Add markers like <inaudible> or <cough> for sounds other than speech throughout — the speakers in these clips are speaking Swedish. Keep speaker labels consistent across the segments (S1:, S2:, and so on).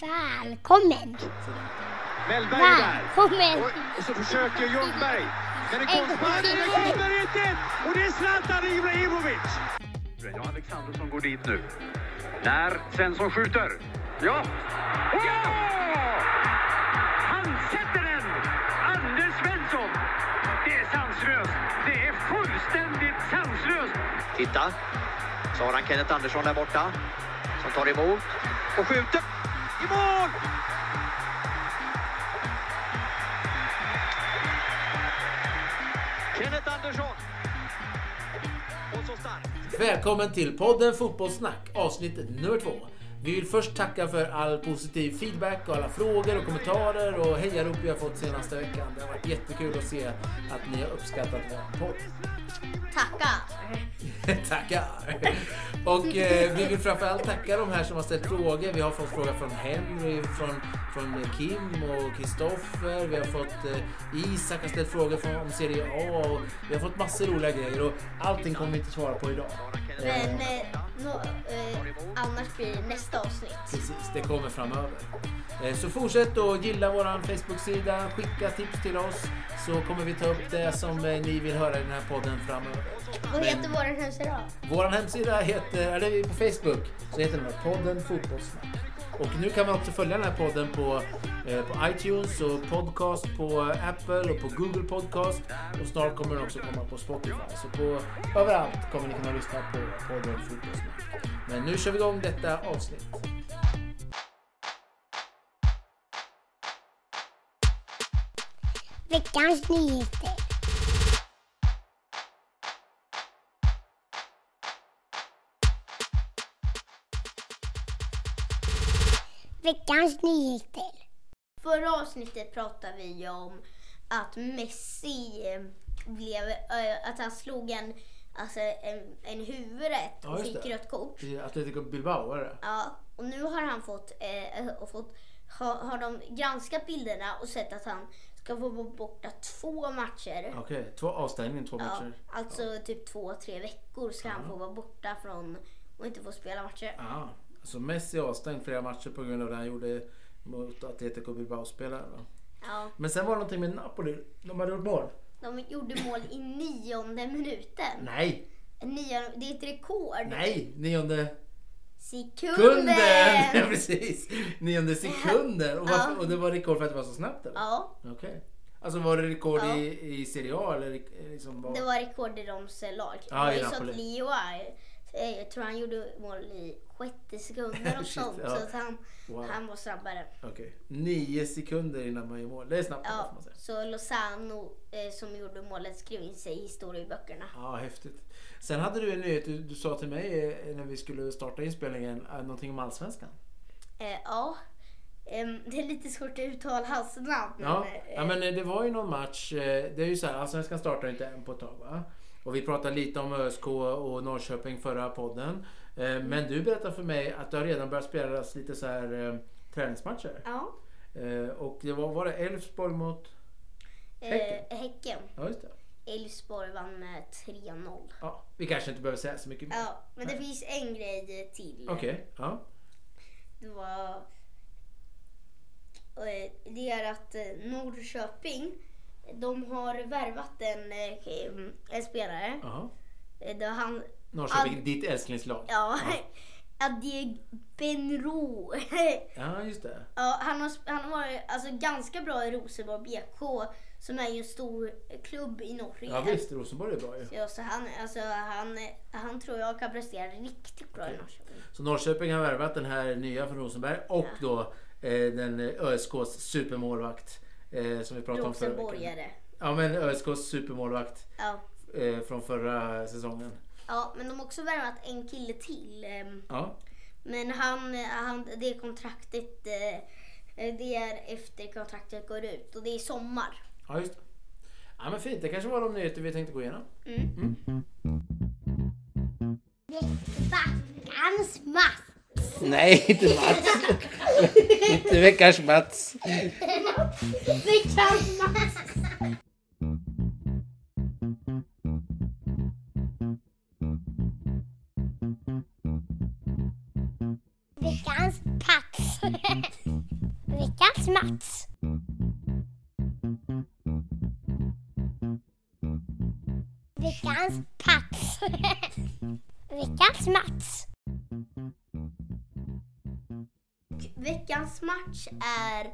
S1: Välkommen!
S2: Mellberg är där.
S1: Välkommen!
S2: Och så försöker Ljungberg. Men det kommer, men det kommer inte in! Och det är Zlatan Ibrahimovic! Ja, Alexandersson går dit nu. När Svensson skjuter. Ja! Ja! Han sätter den! Anders Svensson! Det är sanslöst! Det är fullständigt sanslöst!
S3: Titta, så har han Kenneth Andersson där borta. Som tar emot och skjuter. I mål! Kenneth Andersson. Och så starkt.
S4: Välkommen till podden Fotbollssnack avsnitt nummer två. Vi vill först tacka för all positiv feedback och alla frågor och kommentarer och hejarop vi har fått senaste veckan. Det har varit jättekul att se att ni har uppskattat vår podd. <laughs>
S1: Tackar!
S4: Tackar! Och eh, vi vill framförallt tacka de här som har ställt frågor. Vi har fått frågor från Henry, från, från Kim och Kristoffer. Vi har fått eh, Isak har ställt frågor från, om Serie A. Och vi har fått massor roliga grejer och allting kommer vi inte svara på idag.
S1: Men eh, nå- eh, annars blir det nästa avsnitt.
S4: Precis, det kommer framöver. Eh, Så fortsätt att gilla vår Facebook-sida, skicka tips till oss så kommer vi ta upp det som eh, ni vill höra i den här podden framöver.
S1: Vad heter vår hemsida?
S4: Vår hemsida heter, eller på Facebook, så heter den här podden Fotbollssnack. Och nu kan man också följa den här podden på, eh, på iTunes och podcast på Apple och på Google Podcast. Och snart kommer den också komma på Spotify. Så på, överallt kommer ni kunna lyssna på podden Fotbollssnack. Men nu kör vi igång detta avsnitt.
S1: Veckans nyheter. Veckans nyheter. Förra avsnittet pratade vi ju om att Messi eh, blev, eh, att han slog en, alltså en, en huvudet
S4: Ja,
S1: och
S4: just
S1: fick
S4: det.
S1: rött kort.
S4: I Atletico Bilbao är det.
S1: Ja, och nu har han fått, eh, och fått ha, har de granskat bilderna och sett att han ska få vara borta två matcher.
S4: Okej, två avstängningar, två
S1: Ja,
S4: matcher.
S1: alltså typ två, tre veckor ska han få vara borta från och inte få spela matcher.
S4: Ah, så Messi är avstängd flera matcher på grund av det han gjorde mot Atletico Bilbao-spelare. va?
S1: Ja,
S4: Men sen var det någonting med Napoli. De hade gjort mål.
S1: de gjorde mål i nionde minuten.
S4: Nej,
S1: Nionde, det är ett rekord.
S4: nej, nionde <laughs>
S1: Sekunder!
S4: sekunden! Precis, nionde sekunden. Och, varför,
S1: Ja.
S4: och det var rekord för att det var så snabbt eller?
S1: Ja,
S4: Okej. Alltså var det rekord
S1: Ja.
S4: i, i Serie A eller i- liksom var...
S1: det var rekord i deras eh, lag.
S4: Ja,
S1: det var
S4: i
S1: ju så
S4: Napoli.
S1: att Leo är, eh, jag tror han gjorde mål i sjätte sekunden och
S4: Shit,
S1: sånt.
S4: <laughs> ja.
S1: Så att han,
S4: Wow.
S1: han var snabbare.
S4: Okej. Nio sekunder innan man gör mål. Det är snabbt ja. får
S1: Ja,
S4: man säga.
S1: så Lozano eh, som gjorde målet skrev in sig i historieböckerna.
S4: Ja, häftigt. Sen hade du en nyhet du, du sa till mig eh, när vi skulle starta inspelningen, eh, någonting om Allsvenskan.
S1: Eh, ja, Ehm, <laughs> det är lite svårt att uttala hans namn.
S4: Ja,
S1: eh,
S4: ja men eh, det var ju någon match. eh, Det är ju så här, Allsvenskan startar ju inte än på ett tag va? Och vi pratade lite om ÖSK och Norrköping förra podden. Eh,
S1: Mm.
S4: Men du berättade för mig att det har redan börjat spelas lite så här eh, träningsmatcher.
S1: ja.
S4: Eh, Och det var, var det Elfsborg mot... Häcken.
S1: Eh, häcken.
S4: Ja just det.
S1: Elfsborg vann med 3-0.
S4: Ja, vi kanske inte behöver säga så mycket mer.
S1: Ja, men det
S4: Nej.
S1: finns en grej eh, till.
S4: Okej, ja.
S1: Det var... eh, Det är att eh, Norrköping, de har värvat en, eh, en spelare.
S4: Aha.
S1: Eh, Det var han,
S4: Norrköping, ditt älsklingslag.
S1: ja, <laughs>
S4: Ja.
S1: Adie <laughs> Benro.
S4: Ja, just det.
S1: Ja, han har, sp- han har varit alltså, ganska bra i Rosenborg BK som är ju en stor klubb i Norge.
S4: Ja visst, Rosenborg är bra ju.
S1: Ja, så han, alltså, han, han tror jag kan prestera riktigt bra i Norrköping.
S4: Så Norrköping har värvat den här nya från Rosenberg och då eh, den eh, ÖSKs supermålvakt. Eh, som vi pratade om förra veckan.
S1: Rosenborgare.
S4: Ja men ÖSKs supermålvakt
S1: Ja.
S4: eh, från förra säsongen.
S1: ja, men de har också värvat en kille till. ehm,
S4: Ja.
S1: Men han, han, det kontraktet, eh, det är efter kontraktet går ut och det är sommar.
S4: ja, just det. Ja men fint, det kanske var de nyheter vi tänkte gå igenom.
S1: Veckans match!
S4: Nej, inte Mats.
S1: <laughs>
S4: inte veckans Mats.
S1: Veckans match! <laughs> Veckans pax! Mats Mats. Veckans Pats. <laughs> Veckans Mats. Veckans match är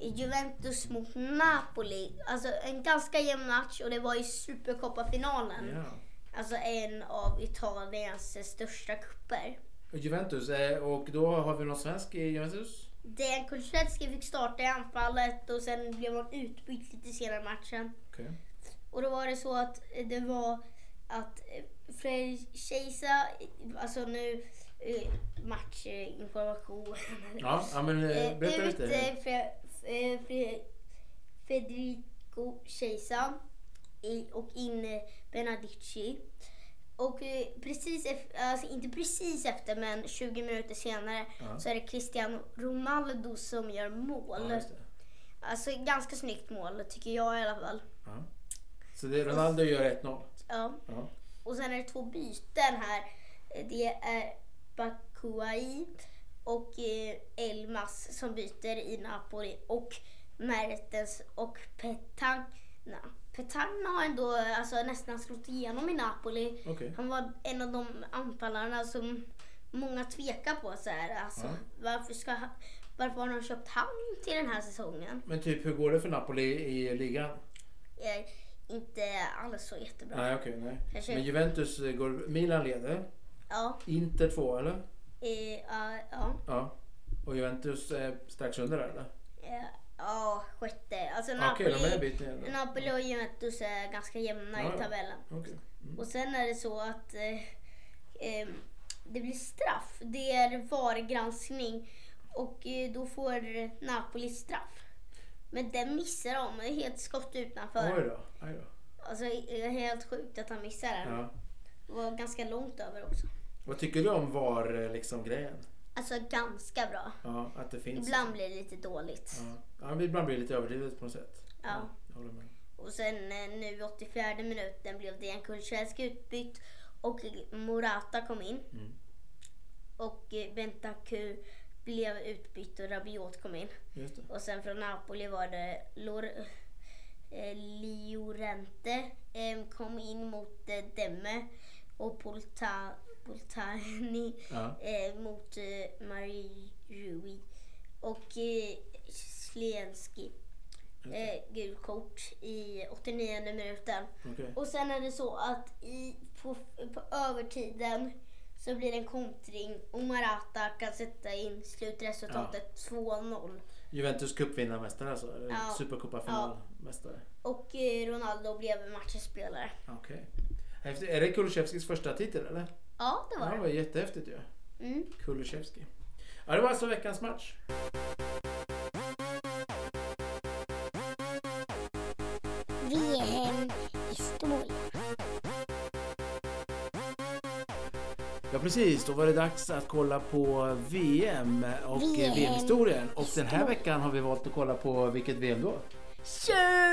S1: Juventus mot Napoli. Alltså en ganska jämn match och det var i Supercoppa-finalen.
S4: Ja.
S1: Alltså en av Italiens största kupper.
S4: Och Juventus, eh, och då har vi någon svensk i Juventus?
S1: Dejan Kulusevski fick starta i anfallet och sen blev han utbytt lite senare i matchen.
S4: Okej.
S1: Och då var det så att eh, det var att Fredrik Kejsa, alltså nu eh, matchinformation.
S4: Ja, ja, men eh,
S1: Eh,
S4: berätta
S1: Ut
S4: lite.
S1: eh, Fre- eh, Fre- Federico Chiesa i- och in eh, Benadici. Och eh, precis, ef- alltså inte precis efter men 20 minuter senare
S4: Ja.
S1: så är det Cristiano Ronaldo som gör mål.
S4: Ja, just det.
S1: alltså ganska snyggt mål tycker jag i alla fall.
S4: Ja. Så det, Ronaldo gör 1-0.
S1: Ja.
S4: Ja.
S1: Och sen är det två byten här. Eh, Det är Bakuai och eh, Elmas som byter i Napoli och Mertens och Petagna. Petagna har ändå alltså, nästan slått igenom i Napoli.
S4: Okej.
S1: Han var en av de anfallarna som många tvekar på. Så här. Alltså,
S4: Ja.
S1: varför, ska, han- varför har de köpt han till den här säsongen?
S4: Men typ, hur går det för Napoli i ligan?
S1: Eh, inte alls så jättebra.
S4: Nej, okej. nej.
S1: Kanske-
S4: Men Juventus eh, går... Milan leder.
S1: Ja,
S4: Inter två eller?
S1: eh, ja, ja.
S4: Ja. Och Juventus är strax under där, eller?
S1: Eh, Ja, sjätte. Alltså
S4: Ja, Okej,
S1: Napoli,
S4: de är en bit ner. då.
S1: Napoli och Juventus är ganska jämna
S4: Ja, ja.
S1: i tabellen.
S4: Okej. Mm.
S1: Och sen är det så att eh, ehm, det blir straff. Det är VAR-granskning och eh, då får Napoli straff. Men den missar de. Det är Helt skott utanför.
S4: Oj då. Aj då.
S1: Alltså, det är helt sjukt att han missar den.
S4: Ja.
S1: Det var ganska långt över också.
S4: Vad tycker du om VAR eh, liksom, grejen?
S1: Alltså ganska bra.
S4: Ja, att det finns. liksom.
S1: Ibland blir det lite dåligt.
S4: Ja. Ja, ibland blir det lite överdrivet på något sätt.
S1: Ja.
S4: jag håller med.
S1: Och sen eh, nu i 84 minuten blev Dejan Kulusevski utbytt och Morata kom in.
S4: Mm.
S1: Och eh, Bentancur blev utbytt och Rabiot kom in.
S4: Just det.
S1: Och sen från Napoli var det Lor eh, Liorente eh, kom in mot eh, Demme och Polta Poltani
S4: Ja.
S1: eh, mot eh, Marie Rui och eh, Slenski. Eh, gult kort i 89 minuten.
S4: Okej.
S1: Och sen är det så att i, på, på övertiden så blir det en kontring och Marata kan sätta in slutresultatet 2-0.
S4: Juventus cupvinnarmästare alltså?
S1: Ja.
S4: Ja. Supercupafinalmästare?
S1: Och eh, Ronaldo blev matchens spelare.
S4: Okej. Häftigt. Är det Kulusevskis första titel eller?
S1: Ja, det
S4: Ja,
S1: var
S4: det
S1: det.
S4: var jättehäftigt ju.
S1: Mm.
S4: Kulusevski. Ja, det var alltså veckans match.
S1: VM-historia.
S4: Ja precis, då var det dags att kolla på VM och
S1: VM.
S4: VM-historien. Och den här veckan har vi valt att kolla på vilket VM då?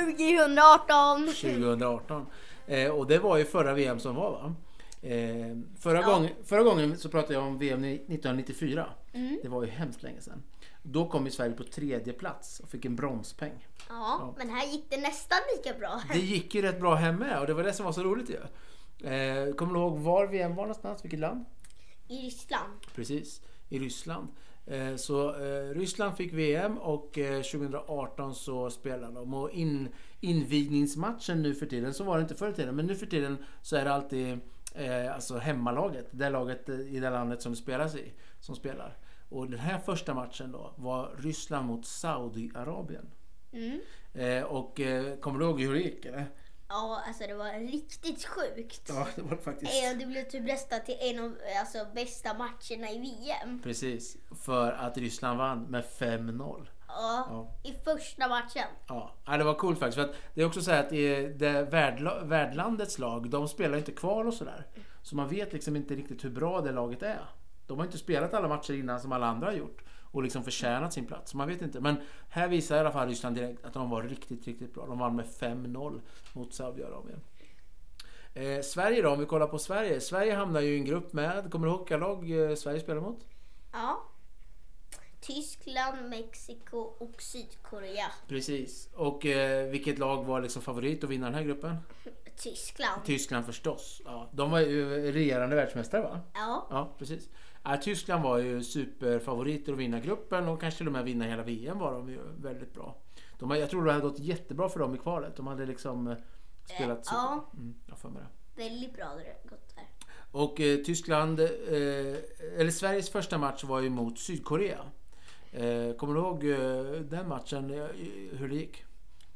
S1: 2018!
S4: 2018. Eh, och det var ju förra VM som var va? Eh, förra, gång, förra gången så pratade jag om VM 1994. Det var ju hemskt länge sedan. Då kom ju Sverige på tredje plats och fick en bronspeng.
S1: Ja, men här gick det nästan lika bra.
S4: Det gick ju rätt bra hemma och det var det som var så roligt ju. Eh, kommer du ihåg var VM var någonstans? Vilket land?
S1: I Ryssland.
S4: Precis, i Ryssland. Eh, Så eh, Ryssland fick VM och eh, 2018 så spelade de. Och in, invigningsmatchen nu för tiden, så var det inte förr i tiden, men nu för tiden så är det alltid eh, alltså hemmalaget, det laget eh, i det landet som det spelas i, som spelar. Och den här första matchen då var Ryssland mot Saudiarabien.
S1: Mm.
S4: Eh, Och eh, kommer du ihåg hur det gick? Eller?
S1: Ja, alltså det var riktigt sjukt.
S4: Ja, det var det faktiskt.
S1: Eh, Det blev typ nästan till en av eh, alltså, bästa matcherna i VM.
S4: Precis, för att Ryssland vann med 5-0.
S1: Ja, I första matchen.
S4: Ja, ja, det var coolt faktiskt. För att det är också så här att i det värdla, värdlandets lag, de spelar ju inte kval och sådär. Så man vet liksom inte riktigt hur bra det laget är. De har inte spelat alla matcher innan som alla andra har gjort och liksom förtjänat sin plats. Så man vet inte. Men här visar i alla fall Ryssland direkt att de var riktigt, riktigt bra. De vann med 5-0 mot Saudiarabien. Eh, Sverige då, om vi kollar på Sverige. Sverige hamnar ju i en grupp med, kommer du ihåg vilka lag eh, Sverige spelar mot?
S1: Ja. Tyskland, Mexiko och Sydkorea.
S4: Precis. Och eh, vilket lag var liksom favorit att vinna den här gruppen?
S1: Tyskland.
S4: Tyskland förstås. Ja. De var ju regerande världsmästare va?
S1: ja.
S4: Ja, precis. Ja, Tyskland var ju superfavoriter att vinna gruppen och kanske till och med vinna hela VM var de ju väldigt bra. De, har- jag tror det hade gått jättebra för dem i kvalet. De hade liksom eh, spelat
S1: Eh, ja.
S4: Mm, jag har för mig det.
S1: Väldigt bra hade det gått där.
S4: Och eh, Tyskland, eh, eller Sveriges första match var ju mot Sydkorea. Eh, kommer du ihåg eh, den matchen, eh, hur det gick?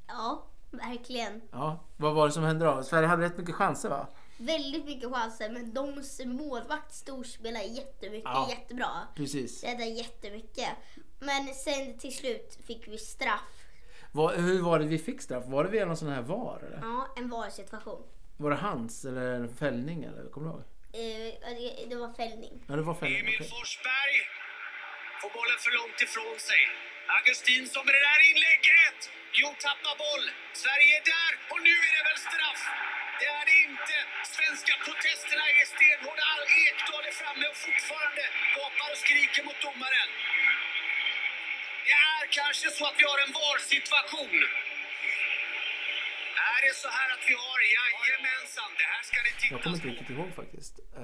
S1: Ja, verkligen.
S4: Ja, vad var det som hände då? Sverige hade rätt mycket chanser va?
S1: Väldigt mycket chanser men deras målvakt storspelar jättemycket,
S4: Ja.
S1: jättebra.
S4: Precis.
S1: Räddade jättemycket. Men sen till slut fick vi straff.
S4: Vad- hur var det vi fick straff? Var det via någon sån här VAR? Eller?
S1: Ja, en VAR-situation.
S4: Var det hans eller en fällning? Eller? Kommer du ihåg?
S1: Eh, ja, det, det var fällning.
S4: Ja, det var fällning.
S5: Emil
S4: okej.
S5: Forsberg får bollen för långt ifrån sig. Augustinsson med det där inlägget! Jo, tappar boll. Sverige är där och nu är det väl straff? Det är det inte. Svenska protesterna är stenhårda. All Ekdal är framme och fortfarande gapar och skriker mot domaren. Det är kanske så att vi har en VAR-situation. Är det så här att vi har? Jajamensan, det här ska ni
S4: Jag kommer
S5: titta på.
S4: inte riktigt ihåg faktiskt. Eh,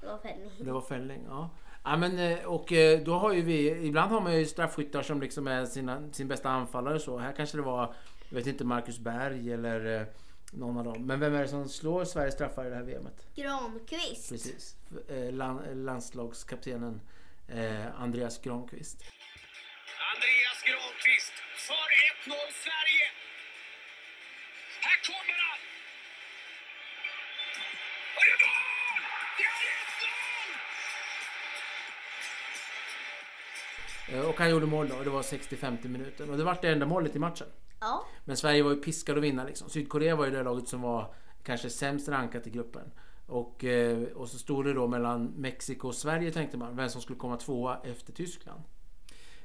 S1: Det var fällning.
S4: Det var fällning, ja. ja men, eh, och eh, då har ju vi, ibland har man ju straffskyttar som liksom är sina, sin bästa anfallare och så. Här kanske det var, jag vet inte, Marcus Berg eller eh, någon av dem. Men vem är det som slår Sveriges straffar i det här VMet?
S1: Granqvist.
S4: Precis. Eh, Land, eh, landslagskaptenen eh, Andreas Granqvist.
S5: Andreas Granqvist för 1-0 Sverige. Här kommer han! Och det är mål! Det är 1-0!
S4: Eh, och han gjorde mål då och det var 60-50 minuten. Och det var det enda målet i matchen.
S1: Ja,
S4: Men Sverige var ju piskade att vinna liksom. Sydkorea var ju det laget som var kanske sämst rankat i gruppen. Och, eh, och så stod det då mellan Mexiko och Sverige tänkte man, vem som skulle komma tvåa efter Tyskland.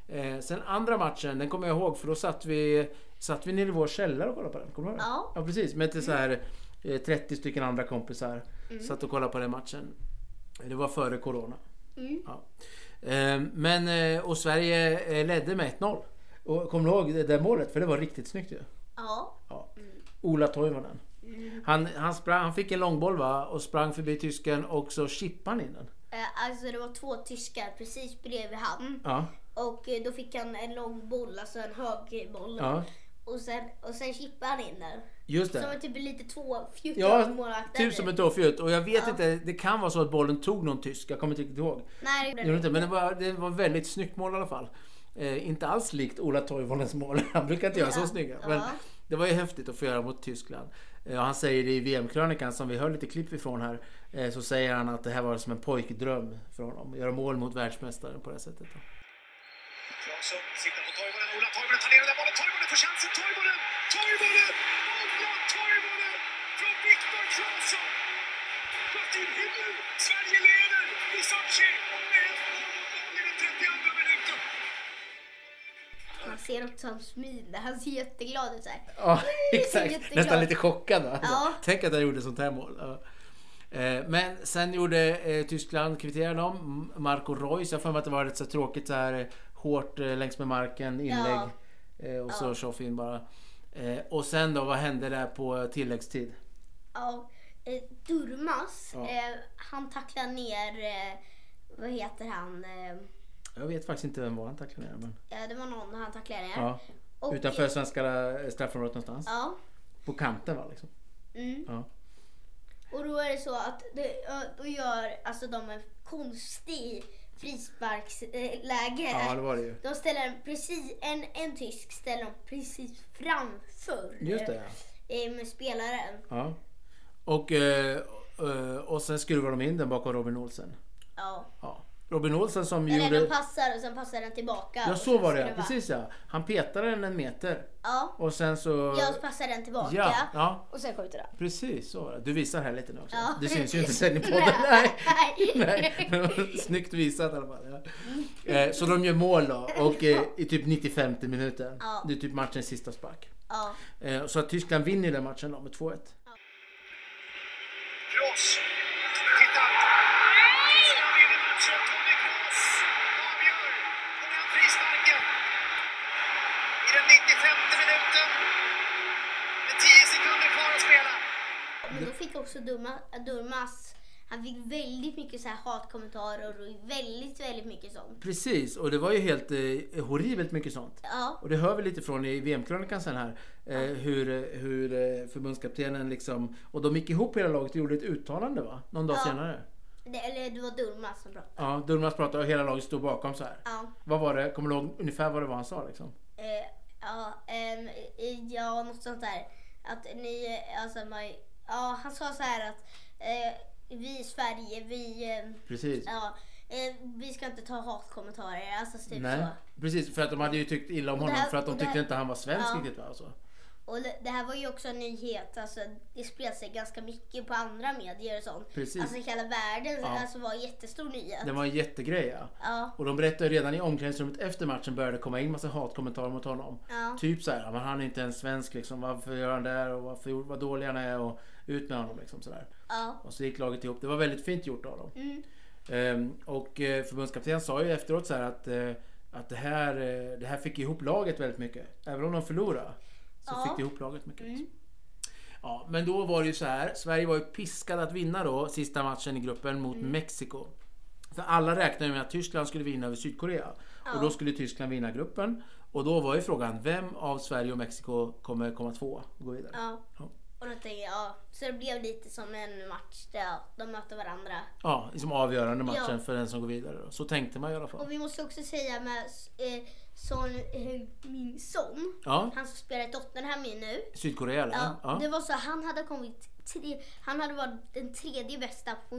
S4: Eh, sen andra matchen, den kommer jag ihåg för då satt vi, satt vi nere i vår källare och kollade på den. Kommer du ihåg det?
S1: Ja.
S4: ja precis, med till så här, eh, 30 stycken andra kompisar. Satt och kollade på den matchen. Det var före Corona. Ja. Eh, Men, eh, och Sverige eh, ledde med 1-0. Och kommer du ihåg det där målet? För det var riktigt snyggt ju.
S1: ja,
S4: Ja. Ola Toivonen.
S1: Mm.
S4: Han, han, sprang, han fick en långboll va? och sprang förbi tysken och så chippade han in den.
S1: eh, alltså det var två tyskar precis bredvid han.
S4: Ja,
S1: Och eh, då fick han en lång boll, alltså en hög boll.
S4: ja.
S1: Och sen, och sen chippade han in den.
S4: just
S1: Som
S4: det.
S1: en typ lite tvåfjutt
S4: Ja,
S1: av målvakten.
S4: typ som en tåfjutt. Och jag vet inte, det kan vara så att bollen tog någon tysk. Jag kommer inte riktigt ihåg.
S1: Nej,
S4: Gjorde det inte, men det var, det var väldigt snyggt mål i alla fall. Eh, inte alls likt Ola Toivonens mål. <laughs> Han brukar inte göra så
S1: Ja.
S4: snygga. Men
S1: Ja.
S4: det var ju häftigt att få göra mot Tyskland. Eh, och han säger det i VM-krönikan som vi hör lite klipp ifrån här. Eh, så säger han att det här var som en pojkdröm för honom. Att Göra mål mot världsmästaren på det här sättet. Då.
S5: Claesson siktar på Toivonen. Ola Toivonen tar ner den där bollen. Toivonen får chansen. Toivonen! Toivonen! Ola Toivonen! Från Viktor Claesson! Martin Himmel! Sverige leder i Sochi med 1-0 i den 32 minuten.
S1: Man ser också hans min. där. Han ser jätteglad ut. Så här.
S4: <laughs> Ja,
S1: Jag är
S4: exakt.
S1: jätteglad.
S4: Nästan lite chockad. Va?
S1: Ja.
S4: Tänk att han gjorde sånt här mål. Ja. Eh, Men sen gjorde eh, Tyskland, kvitterade de. M- Marco Reus, jag har för mig att det var ett så här tråkigt så här eh, hårt eh, längs med marken inlägg. Eh, Och så tjoff in bara. Eh, Och sen då, vad hände där på tilläggstid?
S1: Ja, eh, Durmas,
S4: Ja.
S1: eh, han tacklar ner, eh, vad heter han? Eh,
S4: Jag vet faktiskt inte vem var han tacklade ner. Men,
S1: ja, det var någon han tacklade ner.
S4: ja.
S1: Och-
S4: Utanför svenska eh, straffområdet någonstans.
S1: Ja.
S4: På kanten va? Liksom.
S1: Mm.
S4: Ja.
S1: Och då är det så att det, ja, då gör alltså, de en konstig frisparksläge.
S4: ja, det var det ju.
S1: De ställer den precis, en, en tysk ställer dem precis framför
S4: Just det ja.
S1: eh, med spelaren.
S4: ja. Och, eh, eh, och sen skruvar de in den bakom Robin Olsen.
S1: Ja.
S4: Ja. Robin Olsen som
S1: Eller den
S4: gjorde...
S1: passar och sen passar den tillbaka.
S4: Ja,
S1: och
S4: så var det.
S1: ska
S4: ja. Precis ja. Han petade den en meter.
S1: Ja,
S4: Och sen så...
S1: jag passar den tillbaka
S4: ja, ja,
S1: och sen skjuter han.
S4: precis så var det. Du visar här lite nu också.
S1: Ja.
S4: Det syns ju
S1: <laughs>
S4: inte sen i podden. Nej. Nej, men det var snyggt visat i alla fall. Ja. Eh, Så de gör mål då och eh, i typ 90-50 minuter.
S1: Ja.
S4: Det är typ matchens sista spark.
S1: Ja.
S4: Eh, Så att Tyskland vinner den matchen då med 2-1.
S5: Kroos. Titta! Sverige leder matchen. Tony Kroos avgör. Och den i femte minuten. Med 10 sekunder kvar att spela.
S1: Men då fick också Durma- Durmaz, han fick väldigt mycket så här hatkommentarer och väldigt, väldigt mycket sånt.
S4: Precis, och det var ju helt eh, horribelt mycket sånt.
S1: Ja,
S4: Och det hör vi lite från i VM-krönikan sen här. Eh, hur eh, hur eh, förbundskaptenen liksom... Och de gick ihop hela laget och gjorde ett uttalande va? Någon dag
S1: Ja.
S4: senare.
S1: det, eller det var Durmaz som pratade.
S4: Ja, Durmaz pratade och hela laget stod bakom så här.
S1: Ja,
S4: Vad var det? Kommer du ihåg ungefär vad det var han sa liksom?
S1: eh, ja, ehm, eh, ja, något sånt där. Att ni, eh, alltså, man, ja, han sa så här att eh, vi i Sverige, vi, eh,
S4: Precis.
S1: ja, eh, vi ska inte ta hatkommentarer, alltså typ
S4: Nej,
S1: så.
S4: precis. För att de hade ju tyckt illa om
S1: det
S4: honom
S1: här-
S4: för att de
S1: och det
S4: tyckte
S1: här-
S4: inte han var svensk
S1: Ja.
S4: riktigt va? alltså. Och
S1: Och
S4: så.
S1: det det här var ju också en nyhet. Alltså, det spred sig ganska mycket på andra medier och sånt.
S4: Precis.
S1: Alltså hela världen
S4: Ja.
S1: alltså, var en jättestor nyhet.
S4: Det var en jättegrej ja.
S1: Ja,
S4: Och de berättade ju redan i omklädningsrummet efter matchen började det komma in massa hatkommentarer mot honom.
S1: ja.
S4: Typ så här, "Ja, men han är inte ens svensk liksom. Varför gör han det här? Och varför, vad dålig han är? Och ut med honom liksom sådär.
S1: ja.
S4: Och så gick laget ihop. Det var väldigt fint gjort av dem.
S1: Mm.
S4: Ehm, och eh, förbundskaptenen sa ju efteråt så här att, eh, att det, här, eh, det här fick ihop laget väldigt mycket. Även om de förlorade så
S1: Ja. Mm.
S4: fick det ihop laget mycket. Liksom. Ja, men då var det ju så här. Sverige var ju piskade att vinna då sista matchen i gruppen mot
S1: Mm.
S4: Mexiko. För alla räknade ju med att Tyskland skulle vinna över Sydkorea. Och då skulle Tyskland vinna gruppen. Och då var ju frågan, vem av Sverige och Mexiko kommer komma två och gå vidare?
S1: ja.
S4: Ja.
S1: Och då tänkte jag, ja. Så det blev lite som en match där ja, de mötte varandra.
S4: Ja, liksom avgörande matchen
S1: Ja.
S4: för den som går vidare. Då. Så tänkte man i alla fall.
S1: Och vi måste också säga med eh, son, eh, min son,
S4: Ja,
S1: han som spelar dottern här med nu.
S4: Sydkorea eller?
S1: Ja,
S4: Ja.
S1: Det var så, han hade kommit tre, han hade varit den tredje bästa på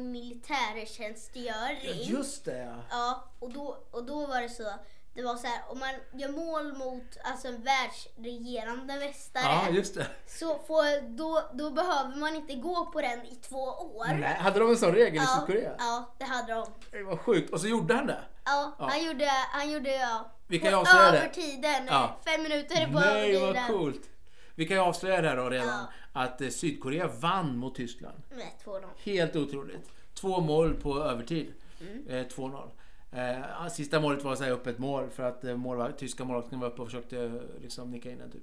S1: militärtjänstgöring.
S4: Just det ja.
S1: Ja, och då, och då var det så. Det var så här, om man gör mål mot alltså, en världsregerande mästare
S4: Ja, just det.
S1: så får, då, då behöver man inte gå på den i två år.
S4: Nej, hade de en sån regel i
S1: ja,
S4: Sydkorea?
S1: ja, det hade de.
S4: Det var sjukt. Och så gjorde han det.
S1: Ja,
S4: Ja.
S1: Han gjorde, han gjorde ja,
S4: Vi
S1: på
S4: kan ju avslöja det.
S1: övertiden.
S4: Ja.
S1: Fem minuter på
S4: Nej,
S1: övertiden.
S4: vad coolt. Vi kan ju avslöja det här då redan.
S1: Ja.
S4: Att eh, Sydkorea vann mot Tyskland.
S1: Med 2-0.
S4: Helt otroligt. Två mål på övertid.
S1: Mm.
S4: Eh, 2-0. Eh, sista målet var så här öppet mål för att eh, målvakt, tyska målvakten var uppe och försökte eh, liksom nicka in den typ.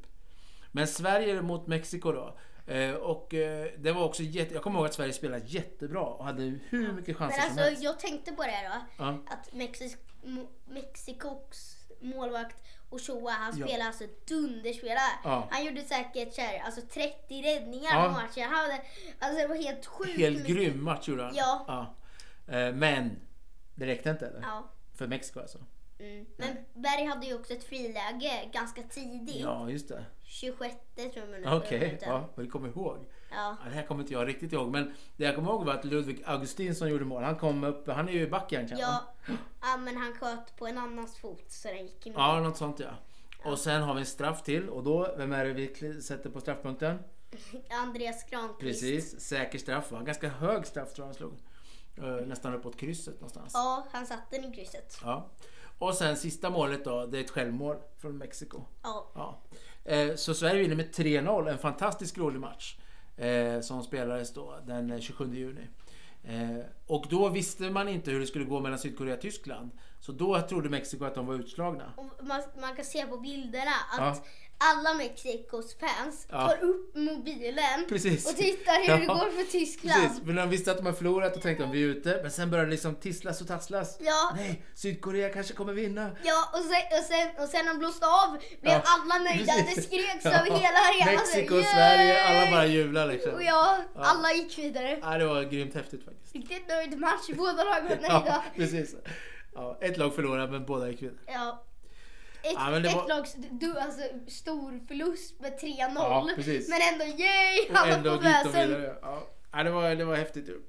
S4: Men Sverige mot Mexiko då. Eh, och eh, det var också jätte... Jag kommer ihåg att Sverige spelade jättebra och hade hur mycket
S1: Men
S4: chanser som
S1: alltså,
S4: helst.
S1: jag tänkte på det då.
S4: Ja.
S1: Att Mexis, Mo- Mexikos målvakt Ochoa, han
S4: Ja.
S1: spelar alltså dunderspelare.
S4: Ja.
S1: Han gjorde säkert så här, alltså 30 räddningar
S4: Ja.
S1: på matchen. Han hade, alltså det var helt sjukt.
S4: Helt
S1: mycket-
S4: grym match gjorde han.
S1: Ja.
S4: Eh, Men det räckte inte eller?
S1: Ja.
S4: För Mexiko alltså.
S1: Mm. Men Berg hade ju också ett friläge ganska tidigt.
S4: Ja, just det.
S1: 26 tror jag minuten.
S4: Okej, ja, men du kommer ihåg.
S1: Ja.
S4: Ja, det här kommer inte jag riktigt ihåg, men det jag kommer ihåg var att Ludvig Augustinsson gjorde mål. Han kom upp, han är ju back egentligen va?
S1: Ja. ja, men han sköt på en annans fot så den gick i mål.
S4: Ja, något sånt ja. Och sen har vi en straff till och då, vem är det vi kli- sätter på straffpunkten?
S1: Andreas Granqvist.
S4: Precis, säker straff va? Ganska hög straff tror jag han slog. Eh, Nästan uppåt krysset någonstans.
S1: Ja, han satte den i krysset.
S4: Ja. Och sen sista målet då, det är ett självmål från Mexiko.
S1: Ja.
S4: Ja. Eh, Så Sverige vinner med 3-0. En fantastiskt rolig match. eh, Som spelades då den eh, 27 juni. Eh, Och då visste man inte hur det skulle gå mellan Sydkorea och Tyskland. Så då trodde Mexiko att de var utslagna. <laughs>
S1: Och man, man kan se på bilderna att
S4: Ja.
S1: alla Mexikos fans
S4: Ja.
S1: tar upp mobilen
S4: Precis.
S1: och tittar hur det
S4: Ja.
S1: går för Tyskland.
S4: Precis, men de visste att de hade förlorat och tänkte att vi är ute. Men sen började det liksom tisslas och tasslas.
S1: Ja.
S4: Nej, Sydkorea kanske kommer vinna.
S1: Ja, och sen, och sen, och sen de blåste av blev
S4: Ja.
S1: alla nöjda. Det
S4: Precis.
S1: skreks
S4: Ja.
S1: över hela arenan.
S4: Mexiko,
S1: Yay!
S4: Sverige, alla bara jublar liksom.
S1: Och ja, alla gick vidare.
S4: Ja, det var grymt häftigt faktiskt.
S1: Riktigt nöjd match, båda lag var
S4: Ja,
S1: nöjda.
S4: precis. Ja, ett lag förlorade men båda gick vidare.
S1: Ja. Ett,
S4: Ja, men det
S1: ett
S4: var-
S1: lags du, alltså, stor förlust med 3-0.
S4: Ja, precis.
S1: men ändå yay!
S4: Och
S1: Alla
S4: ändå
S1: får
S4: gick de
S1: väsen.
S4: vidare. Ja. Ja, det, var, det var häftigt. ju.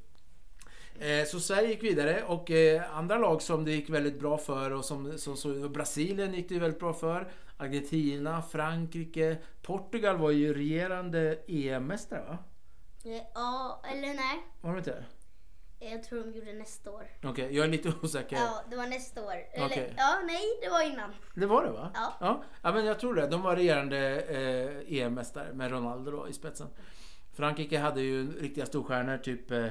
S4: Eh, Så Sverige gick vidare och eh, andra lag som det gick väldigt bra för och som, som, som Brasilien gick det ju väldigt bra för. Argentina, Frankrike, Portugal var ju regerande EM-mästare va?
S1: Ja, eller nej.
S4: Var de inte det?
S1: Jag tror de gjorde nästa år.
S4: Okej, jag är lite osäker.
S1: Ja, det var nästa år. Eller,
S4: Okej.
S1: Ja, nej, det var innan.
S4: Det var det va?
S1: Ja.
S4: ja. Ja, men jag tror det. De var regerande eh, EM-mästare med Ronaldo då i spetsen. Frankrike hade ju riktiga storstjärnor, typ eh,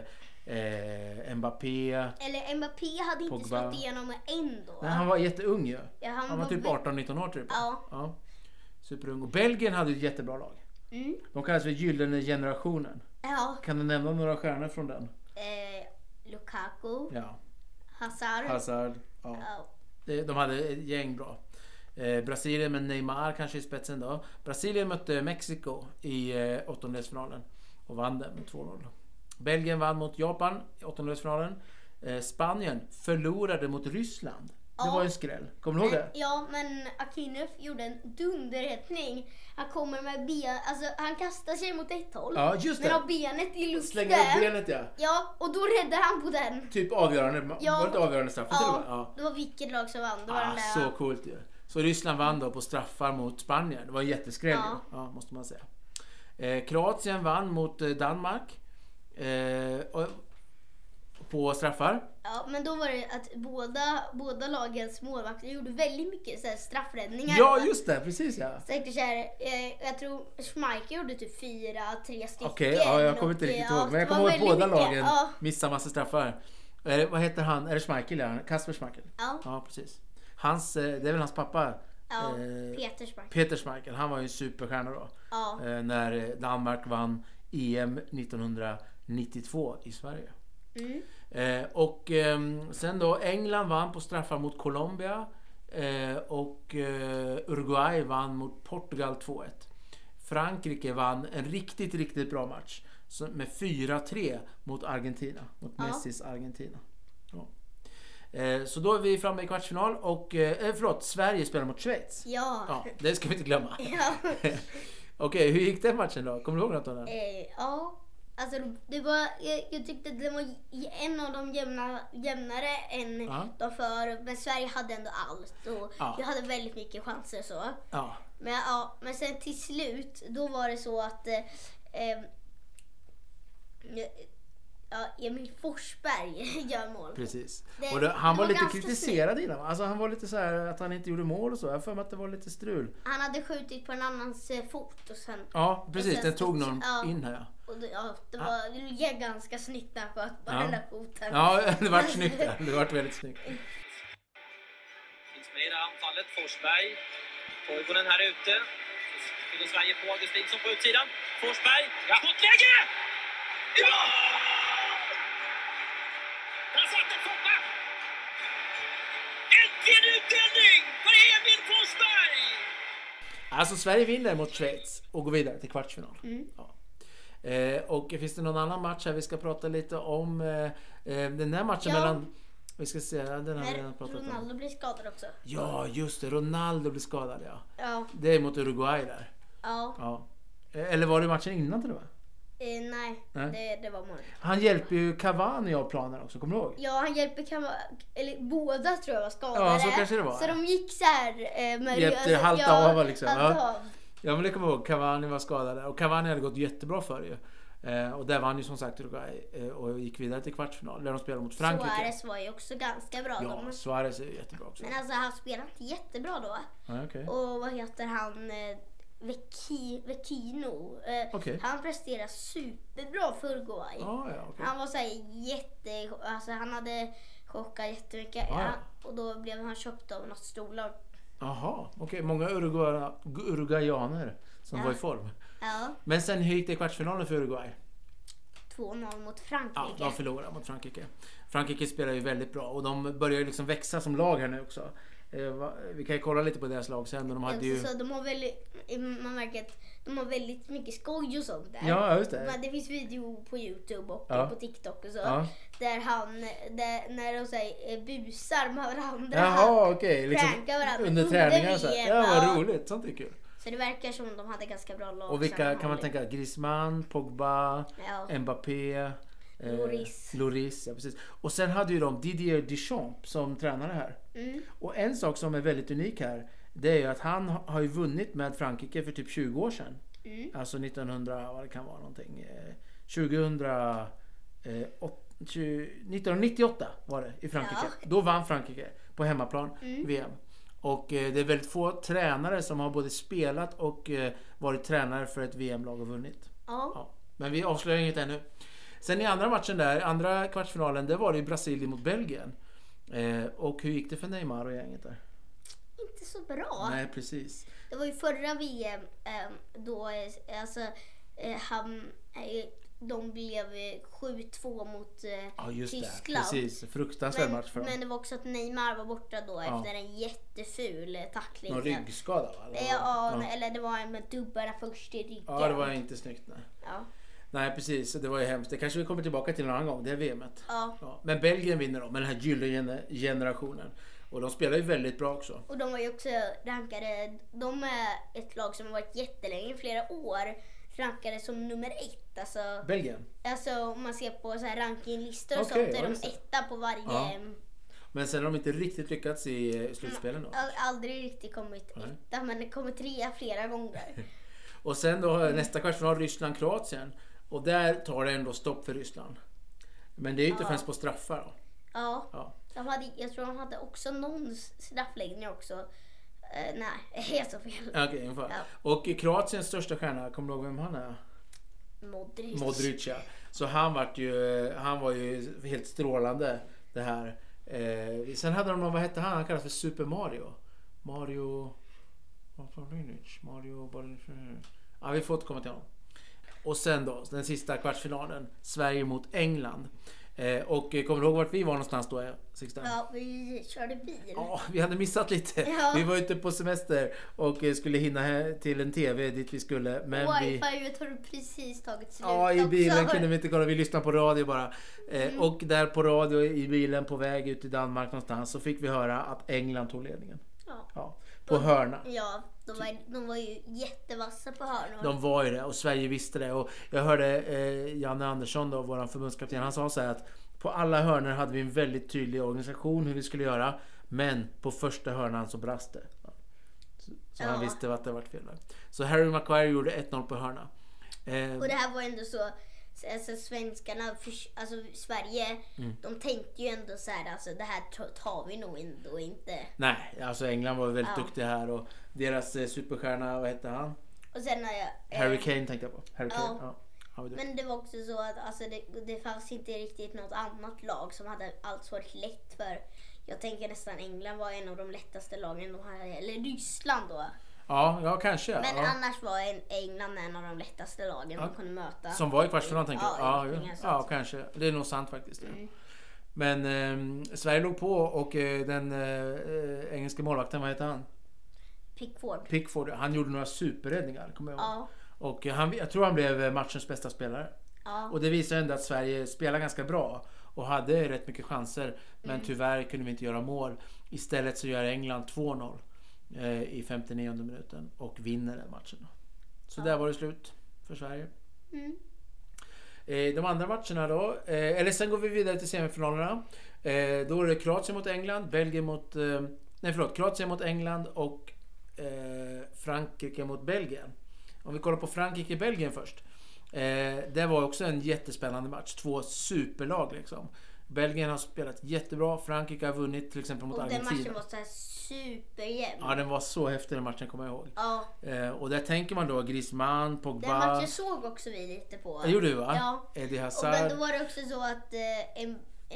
S4: eh, Mbappé.
S1: Eller Mbappé hade inte
S4: Pogba.
S1: slått igenom än då.
S4: Nej, han var jätteung ju.
S1: Ja, han
S4: Han var
S1: var
S4: typ
S1: väl-
S4: 18-19 år typ.
S1: Ja.
S4: Superung. Och Belgien hade ju ett jättebra lag.
S1: Mm.
S4: De kallas för Gyllene generationen.
S1: Ja.
S4: Kan du nämna några stjärnor från den?
S1: Eh, Lukaku,
S4: Ja,
S1: Hazard.
S4: Hazard. Ja.
S1: Ja.
S4: Eh, De hade ett gäng bra. Eh, Brasilien med Neymar kanske i spetsen då. Brasilien mötte Mexiko i eh, åttondelsfinalen och vann den med 2-0. Belgien vann mot Japan i åttondelsfinalen. Eh, Spanien förlorade mot Ryssland. Det
S1: Ja.
S4: var ju en skräll. Kommer du ihåg det?
S1: Ja, men Akinef gjorde en dunderrättning. Han kommer med ben, alltså han kastar sig mot ett håll.
S4: Ja, just
S1: men
S4: det.
S1: har benet i luften.
S4: Slänger upp benet ja.
S1: Ja, och då räddar han på den.
S4: Typ avgörande.
S1: Ja.
S4: Var det inte avgörande straffen till och med? Ja.
S1: Ja, det var vilket lag som vann. Det var
S4: Ah,
S1: den där.
S4: så coolt ju. Så Ryssland vann då på straffar mot Spanien. Det var en jätteskräll ju.
S1: Ja.
S4: ja, måste man säga. Eh, Kroatien vann mot eh, Danmark. Eh, och, på straffar.
S1: Ja, men då var det att båda, båda lagens målvakter gjorde väldigt mycket så här, straffräddningar.
S4: Ja, just det. Precis ja.
S1: Säkert så här, eh, jag tror Schmeichel gjorde typ fyra, tre stycken.
S4: Okej, ja, jag kommer inte
S1: och,
S4: riktigt
S1: ja,
S4: ihåg. Men jag
S1: det var
S4: kommer ihåg att båda
S1: väldigt
S4: lagen
S1: mycket. Ja,
S4: missade massa straffar. Är det, vad heter han? Är det Schmeichel? Ja? Kasper Schmeichel?
S1: ja,
S4: Ja, precis. Hans, eh, det är väl hans pappa?
S1: ja.
S4: eh,
S1: Peter Schmeichel.
S4: Peter Schmeichel. Han var ju en superstjärna då.
S1: Ja.
S4: eh, när eh, Danmark vann EM 1992 i Sverige.
S1: Mm.
S4: Eh, och ehm, sen då England vann på straffar mot Colombia eh, och eh, Uruguay vann mot Portugal 2-1. Frankrike vann en riktigt, riktigt bra match så- med 4-3 mot Argentina, mot
S1: Ja.
S4: Messis Argentina. Ja. Eh, så då är vi framme i kvartsfinal och, eh, eh, förlåt, Sverige spelar mot Schweiz.
S1: Ja.
S4: Ja, det ska vi inte glömma.
S1: <laughs> Ja.
S4: <laughs> Okej, hur gick den matchen då? Kommer du ihåg något av den?
S1: Eh, ja. Alltså det var, jag, jag tyckte att den var j- en av de jämna, jämnare än
S4: Ja.
S1: de för Men Sverige hade ändå allt och
S4: Ja.
S1: jag hade väldigt mycket chanser så.
S4: Ja,
S1: Men, ja, men sen till slut, då var det så att eh, ehm, ja, Emil Forsberg <laughs> gör mål.
S4: precis.
S1: Det-
S4: och det, han
S1: det
S4: var,
S1: var
S4: lite
S1: ganska
S4: kritiserad innan. va? Alltså han var lite så här att han inte gjorde mål och så. Jag har för mig att det var lite strul.
S1: Han hade skjutit på en annans eh, fot och sen
S4: Ja, precis.
S1: sen
S4: Den tog någon
S1: ja.
S4: in här ja.
S1: och det, ja, det var det var ganska snyggt när han sköt på
S4: Ja.
S1: den där foten.
S4: Ja, <laughs> det vart snyggt där. Det vart väldigt snyggt.
S5: Finns med i det här anfallet. Forsberg. Toivonen här ute. Så Fyller Sverige på Augustinsson på utsidan. Forsberg. Ja. Skottläge! Ja! Där satt den Foppa! Äntligen utdelning för Emil Forsberg!
S4: Alltså Sverige vinner mot Schweiz och går vidare till kvartsfinal.
S1: Mm.
S4: Ja. Eh, och finns det någon annan match här vi ska prata lite om? Eh, eh, den här matchen
S1: Ja.
S4: mellan... Vi ska se, den har vi redan
S1: <laughs> Men
S4: pratat om.
S1: Ronaldo blir skadad också.
S4: Ja, just det. Ronaldo blev skadad ja.
S1: Ja,
S4: Det är mot Uruguay där.
S1: ja.
S4: Ja. Eh, Eller var det matchen innan till och med?
S1: Eh, nej,
S4: Nej.
S1: Det, det var målet.
S4: Han hjälper ju Cavani av planen också, kommer du ihåg?
S1: Ja, han hjälper kan vara, eller båda tror jag var skadade.
S4: Ja, så kanske det var.
S1: Så de gick så här eh, med...
S4: Hjälpte halta av, liksom.
S1: halta
S4: Ja.
S1: av.
S4: Ja men det kommer jag ihåg, Cavani var skadad där. Och Cavani hade gått jättebra för ju. Eh, och där vann ju som sagt Uruguay eh, och gick vidare till kvartsfinal där de spelade mot Frankrike.
S1: Suarez var ju också ganska bra.
S4: Ja,
S1: De.
S4: Suarez är ju jättebra också.
S1: Men alltså han spelade inte jättebra då.
S4: Ja, okej.
S1: Och vad heter han? eh, Veki, Vekino. Eh,
S4: Okej.
S1: Han presterade superbra för Uruguay.
S4: Ja, ja, okej.
S1: Han var så här jätte... Alltså han hade chockat jättemycket.
S4: Ja.
S1: Ja, och då blev han köpt av något storlag.
S4: Jaha, okej. Många Uruguara- uruguayaner som
S1: Ja.
S4: var i form.
S1: Ja,
S4: Men sen hur gick det i kvartsfinalen för Uruguay?
S1: 2-0 mot
S4: Ja,
S1: Frankrike.
S4: de förlorade mot Frankrike. Frankrike spelar ju väldigt bra och de börjar ju liksom växa som lag här nu också. Eh, va- Vi kan ju kolla lite på deras lag sen. men De hade ju...
S1: Alltså, så de har väldigt, man märker att de har väldigt mycket skoj och sånt där.
S4: Ja, just det.
S1: Men det finns video på Youtube och
S4: Ja.
S1: på TikTok och så.
S4: Ja.
S1: Där han, där, när de så här, eh, busar med varandra.
S4: Jaha, okej. Liksom
S1: Pranka varandra
S4: under
S1: under
S4: träningar så här.
S1: VM,
S4: Ja, vad
S1: ja.
S4: roligt. Sånt är kul.
S1: Så det verkar som de hade ganska bra lag.
S4: Och vilka kan man
S1: sammanhållning.
S4: tänka? Griezmann, Pogba,
S1: Ja.
S4: Mbappé. eh,
S1: Lloris.
S4: Lloris, ja precis. Och sen hade ju de Didier Deschamps som tränare här.
S1: Mm.
S4: Och en sak som är väldigt unik här. Det är ju att han ha- har ju vunnit med Frankrike för typ 20 år sedan.
S1: Mm.
S4: Alltså 1900, vad det kan vara någonting. eh, 2000, eh, åt- tju- 1998 var det i Frankrike. Då vann Frankrike på hemmaplan
S1: Mm.
S4: VM. Och eh, det är väldigt få tränare som har både spelat och eh, varit tränare för ett VM-lag och vunnit.
S1: Ja.
S4: Ja. Men vi avslöjar inget ännu. Sen i andra matchen där, andra kvartsfinalen, det var det ju Brasilien mot Belgien. Eh, och hur gick det för Neymar och gänget där?
S1: inte så bra.
S4: Nej, precis.
S1: Det var ju förra VM eh, då eh, alltså, eh, han, eh, de blev eh, 7-2 mot eh,
S4: Ja, just det.
S1: Tyskland.
S4: Precis. Fruktansvärd
S1: Men,
S4: match för
S1: men
S4: dem.
S1: det var också att Neymar var borta då
S4: Ja.
S1: efter en jätteful eh, tackling.
S4: Någon ryggskada va? Eller
S1: Eh,
S4: vad
S1: Ja,
S4: var det?
S1: men- eller det var en med dubbarna först i ryggen.
S4: ja, det var inte snyggt. Nej.
S1: ja.
S4: nej, precis. Det var ju hemskt. Det kanske vi kommer tillbaka till någon annan gång, det är VMet.
S1: ja.
S4: Ja, men Belgien vinner då, med den här gyllene generationen. Och de spelar ju väldigt bra också.
S1: Och de var ju också rankade, de är ett lag som har varit jättelänge, i flera år, rankade som nummer ett. Alltså,
S4: Belgien.
S1: alltså om man ser på så här rankinglistor och
S4: Okej,
S1: sånt,
S4: ja,
S1: är
S4: just
S1: de
S4: det.
S1: etta på varje...
S4: Ja. Men sen har de inte riktigt lyckats i
S1: Mm.
S4: eh, slutspelen då.
S1: All- Aldrig riktigt kommit
S4: Nej.
S1: etta, men det kommer trea flera
S4: <laughs>
S1: gånger.
S4: Och sen då nästa kvartsfinal Ryssland-Kroatien. Och där tar det ändå stopp för Ryssland. Men det är ju inte förrän på straffar då.
S1: Ja.
S4: Ja.
S1: De hade, jag tror de hade också någon straffläggning också. Eh, nej, <laughs> helt så fel.
S4: Okej, ungefär.
S1: Ja.
S4: Och Kroatiens största stjärna, kommer du ihåg vem han är?
S1: Modric.
S4: Modric ja. Så han, vart ju, han var ju helt strålande det här. Eh, sen hade de någon, vad hette han? Han kallas för Super Mario. Mario... Balinic, Mario Balinic. Ja, vi får återkomma till honom. Och sen då, den sista kvartsfinalen. Sverige mot England. Eh, och eh, kommer du ihåg vart vi var någonstans då, eh, Sixten?
S1: Ja, vi körde bil.
S4: Ja, vi hade missat lite.
S1: Ja.
S4: Vi var ute på semester och eh, skulle hinna he- till en TV dit vi skulle. Men vi...
S1: Wifi har precis tagit slut
S4: Ja, i bilen
S1: också. Mm.
S4: kunde vi inte kolla. Vi lyssnade på radio bara. Eh, Och där på radio i bilen på väg ut till Danmark någonstans så fick vi höra att England tog ledningen.
S1: Ja.
S4: Ja, på hörna.
S1: Mm. Ja, de var, de var ju jättevassa på hörnor.
S4: De var ju det och Sverige visste det. Och jag hörde eh, Janne Andersson, då, vår förbundskapten, han sa så här att på alla hörnor hade vi en väldigt tydlig organisation hur vi skulle göra. Men på första hörnan så brast det. Så, så han
S1: Ja.
S4: visste att det varit fel. där. Så Harry Maguire gjorde 1-0 på hörna. Eh,
S1: Och det här var ändå så, alltså svenskarna, förs- alltså Sverige,
S4: Mm.
S1: de tänkte ju ändå så här, alltså det här ta- tar vi nog ändå inte.
S4: Nej, alltså England var väldigt
S1: Ja.
S4: duktiga här och deras eh, superstjärna, vad hette han?
S1: Och sen har jag... eh,
S4: Harry Kane tänkte jag på. Harry
S1: Ja.
S4: Kane, ja. Han var duktig.
S1: Men det var också så att alltså, det, det fanns inte riktigt något annat lag som hade alls varit lätt för. Jag tänker nästan England var en av de lättaste lagen de hade, eller Ryssland då.
S4: ja, ja kanske.
S1: Men
S4: ja.
S1: annars var en, England en av de lättaste lagen de kunde möta.
S4: Som var i kvartsfinal tänker
S1: ja,
S4: jag. Ja,
S1: någonting
S4: ja,
S1: sånt. Mm.
S4: ja, kanske. Det är nog sant faktiskt. Men ehm, Sverige låg på och eh, den eh, eh, engelska målvakten, vad heter han?
S1: Pickford.
S4: Pickford, han gjorde några superräddningar, kommer jag ihåg.
S1: Ja.
S4: Och eh, han, jag tror han blev eh, matchens bästa spelare.
S1: Ja.
S4: Och det visar ändå att Sverige spelar ganska bra och hade rätt mycket chanser. Men tyvärr kunde vi inte göra mål. Istället så gör England 2-0 eh, i 59 minuten och vinner den matchen. då. Så där var det slut för Sverige.
S1: Mm.
S4: Eh, De andra matcherna då, eh, eller sen går vi vidare till semifinalerna. Eh, Då är det Kroatien mot England, Belgien mot... eh, Nej förlåt, Kroatien mot England och eh, Frankrike mot Belgien. Om vi kollar på Frankrike-Belgien först. Eh, Det var också en jättespännande match. Två superlag liksom. Belgien har spelat jättebra, Frankrike har vunnit till exempel mot
S1: Och den
S4: Argentina.
S1: matchen var så här superjämn.
S4: Ja, den var så häftig den matchen kommer jag ihåg.
S1: Ja.
S4: Eh, Och där tänker man då Griezmann,
S1: Den
S4: Pogba.
S1: matchen såg också vi lite på.
S4: Det gjorde du va?
S1: Ja.
S4: Eddie
S1: Och, men
S4: Hazard.
S1: då var det också så att eh, M-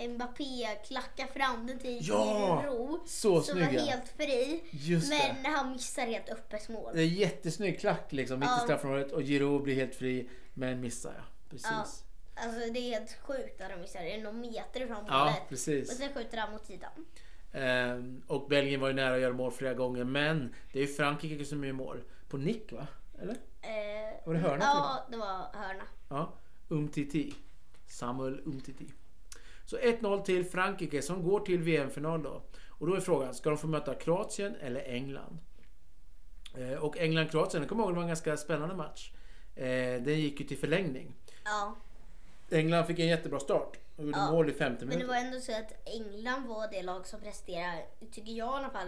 S1: Mbappé klackade fram den till
S4: Ja,
S1: Giroud.
S4: så
S1: som
S4: snygg, ja.
S1: var helt fri.
S4: Just
S1: men han missar helt öppet mål.
S4: Det är jättesnygg klack liksom mitt i
S1: Ja.
S4: straffområdet och Giroud blir helt fri men missar ja. Precis.
S1: Alltså det är helt sjukt att de missar. Det är någon meter från
S4: Ja,
S1: målet.
S4: precis.
S1: Och sen skjuter han mot sidan.
S4: Ehm, och Belgien var ju nära att göra mål flera gånger men det är ju Frankrike som gör mål. På nick va? Eller?
S1: Eh,
S4: Var det hörna typ? till och med?
S1: Ja, det var hörna.
S4: Ja. Umtiti. Samuel Umtiti. Så 1-0 till Frankrike som går till VM-final då. Och då är frågan, ska de få möta Kroatien eller England? Eh, och England-Kroatien, jag kommer ihåg det var en ganska spännande match. Eh, den gick ju till förlängning.
S1: Ja.
S4: England fick en jättebra start och gjorde
S1: Ja.
S4: mål i femte
S1: Men det
S4: minuten.
S1: var ändå så att England var det lag som presterade, tycker jag i alla fall,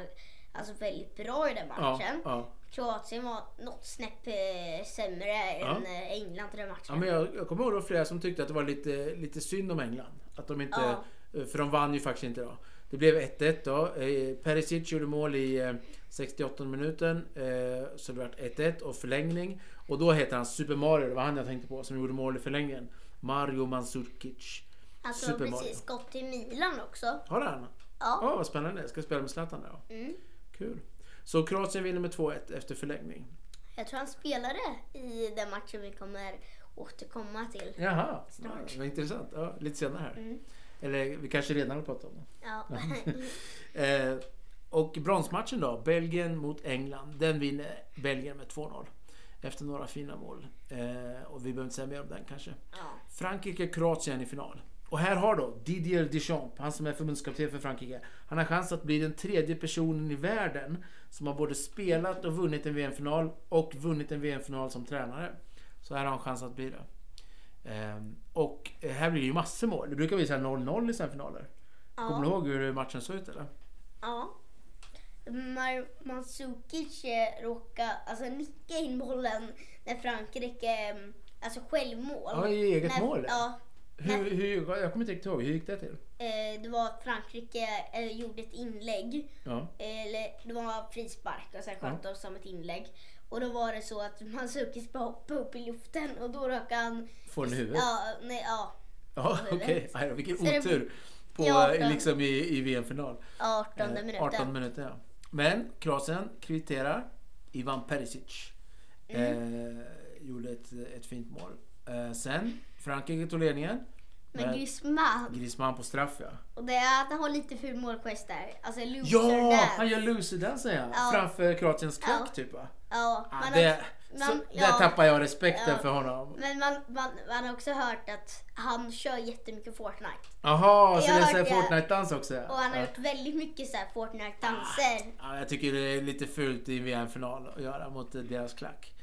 S1: alltså väldigt bra i den
S4: Ja,
S1: matchen.
S4: ja.
S1: Kroatien var något snäpp eh, sämre än
S4: Ja.
S1: eh, England i den matchen.
S4: ja, men jag, jag kommer ihåg det var flera som tyckte att det var lite, lite synd om England. Att de inte, eh, För de vann ju faktiskt inte då. Det blev 1-1 då. Eh, Perisic gjorde mål i eh, 68 minuten. eh, Så det vart 1-1 och förlängning. Och då heter han Super Mario, det var han jag tänkte på, som gjorde mål i förlängningen. Mario Mandzukic.
S1: alltså
S4: Super Mario.
S1: precis gått till Milan också.
S4: Har han?
S1: Ja.
S4: Ja, vad spännande. Ska spela med Zlatan då?
S1: Mm.
S4: Kul. Så Kroatien vinner med 2-1 efter förlängning.
S1: Jag tror han spelade i den matchen vi kommer återkomma till.
S4: Jaha, ja, vad intressant. Ja, lite senare här. Eller vi kanske redan har pratat om det.
S1: Ja.
S4: <laughs> Eh, och bronsmatchen då, Belgien mot England. Den vinner Belgien med 2-0. Efter några fina mål. Eh, och vi behöver inte säga mer om den kanske.
S1: <laughs> ja.
S4: Frankrike-Kroatien i final. Och här har då Didier Deschamps, han som är förbundskapten för Frankrike, han har chans att bli den tredje personen i världen som har både spelat och vunnit en VM-final och vunnit en VM-final som tränare. Så här har han chans att bli det. Ehm, och eh, här blir det ju massor mål. Det brukar bli så här 0-0 i semifinalen.
S1: Ja.
S4: <laughs> Kommer du ihåg hur matchen såg ut eller?
S1: Ja. Mar- Mandzukic eh, råkade alltså, nicka in bollen när Frankrike, eh, alltså självmål.
S4: Ja, i eget
S1: när,
S4: mål,
S1: Ja.
S4: Hur, hur, jag kommer inte riktigt ihåg, hur gick det till?
S1: Eh, det var Frankrike eh, gjorde ett inlägg.
S4: Ja.
S1: Eller det var frispark och sen sköt de som ett inlägg. Och då var det så att Mandzukic bara hoppade upp i luften och då råkade han...
S4: Får den i huvudet?
S1: Ja, nej, ja.
S4: Ja, <laughs> okej. Aj då, Vilken
S1: Så det-
S4: otur på,
S1: Ja,
S4: eh,
S1: men-
S4: liksom i, i VM-final.
S1: 18
S4: Eh,
S1: minuten.
S4: 18 minuter ja. Men Kroatien kvitterar. Ivan Perisic
S1: Mm.
S4: eh, gjorde ett, ett fint mål. Eh, sen Frankrike tog ledningen.
S1: Men
S4: med
S1: Griezmann,
S4: Griezmann på straff ja.
S1: och det är att han har lite ful målgest där. Alltså loser
S4: Ja!
S1: dance.
S4: Han gör loserdansen ja.
S1: Ja.
S4: Framför Kroatiens klack
S1: Ja.
S4: typ va?
S1: Ja,
S4: Ah,
S1: man har-
S4: det,
S1: man-
S4: så,
S1: ja.
S4: Där tappar jag respekten
S1: Ja.
S4: för honom.
S1: Men man, man, man har också hört att han kör jättemycket Fortnite.
S4: Jaha, så
S1: Jag
S4: det är
S1: hörde-
S4: en Fortnite-dans också ja.
S1: Och han har
S4: ja.
S1: gjort väldigt mycket så här Fortnite-danser.
S4: Ja, jag tycker det är lite fult i en VM-final att göra mot eh, deras klack.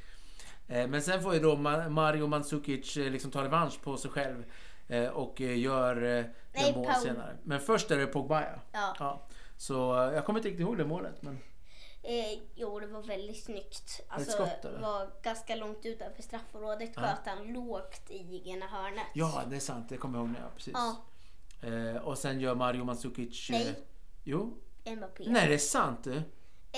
S4: Eh, Men sen får ju då Ma- Mario Mandzukic eh, liksom ta revansch på sig själv eh, och eh, gör eh,
S1: Nej,
S4: gör mål
S1: Paul.
S4: senare. Men först är det Pogba ja.
S1: Ja.
S4: Så eh, jag kommer inte riktigt ihåg det målet. Men...
S1: Eh, jo, det var väldigt snyggt. Alltså,
S4: skott, eller?
S1: var ganska långt utanför straffområdet. Sköt han lågt i ena hörnet.
S4: Ja, det är sant. Det kommer jag ihåg nu. Ja, precis.
S1: Ja.
S4: Eh, Och sen gör Mario Mandzukic... eh,
S1: Nej.
S4: Jo.
S1: Mbappé.
S4: Nej, det är sant du.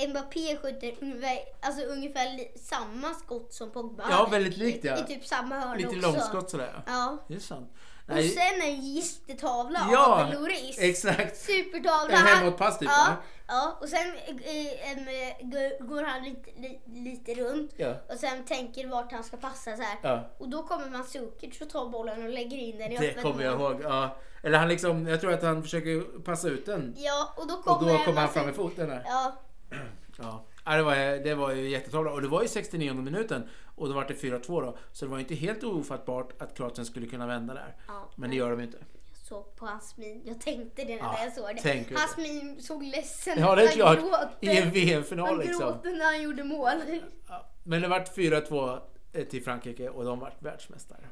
S1: Mbappé skjuter ungefär, alltså, ungefär li- samma skott som Pogba.
S4: Ja, väldigt likt, ja.
S1: I, i typ samma hörn
S4: Lite
S1: också.
S4: långskott sådär. Ja.
S1: Ja.
S4: Det är sant.
S1: Och sen en jättetavla
S4: ja,
S1: av Loris.
S4: exakt.
S1: Supertavla.
S4: En hemåtpass typ,
S1: Ja,
S4: va?
S1: ja. Och sen eh, em, eh, g- går han lite, li, lite runt
S4: Ja.
S1: och sen tänker vart han ska passa så här.
S4: Ja.
S1: Och då kommer Mandzukic och tar bollen och lägger in den i
S4: Det
S1: öppet
S4: kommer jag
S1: mål.
S4: ihåg. Ja. Eller han liksom, jag tror att han försöker passa ut den.
S1: Ja, och då
S4: Och
S1: kommer,
S4: då kommer han
S1: Mandzukic-
S4: fram med foten. Där.
S1: Ja,
S4: Ja. Ja, det, var, det var ju jättetavla. Och det var ju 69 minuten. Och då var det 4-2 då. Så det var ju inte helt ofattbart att Kroatien skulle kunna vända där.
S1: Ja.
S4: Men det gör de ju inte.
S1: jag såg på hans min. Jag tänkte det när
S4: Ja,
S1: jag såg
S4: tänk
S1: det.
S4: ut
S1: Hans
S4: det.
S1: min såg ledsen
S4: Ja, det är
S1: Han
S4: klart.
S1: gråter.
S4: I en
S1: Han
S4: VM-final liksom.
S1: gråter när han gjorde mål.
S4: Ja. Men det vart 4-2 eh, till Frankrike och de vart världsmästare.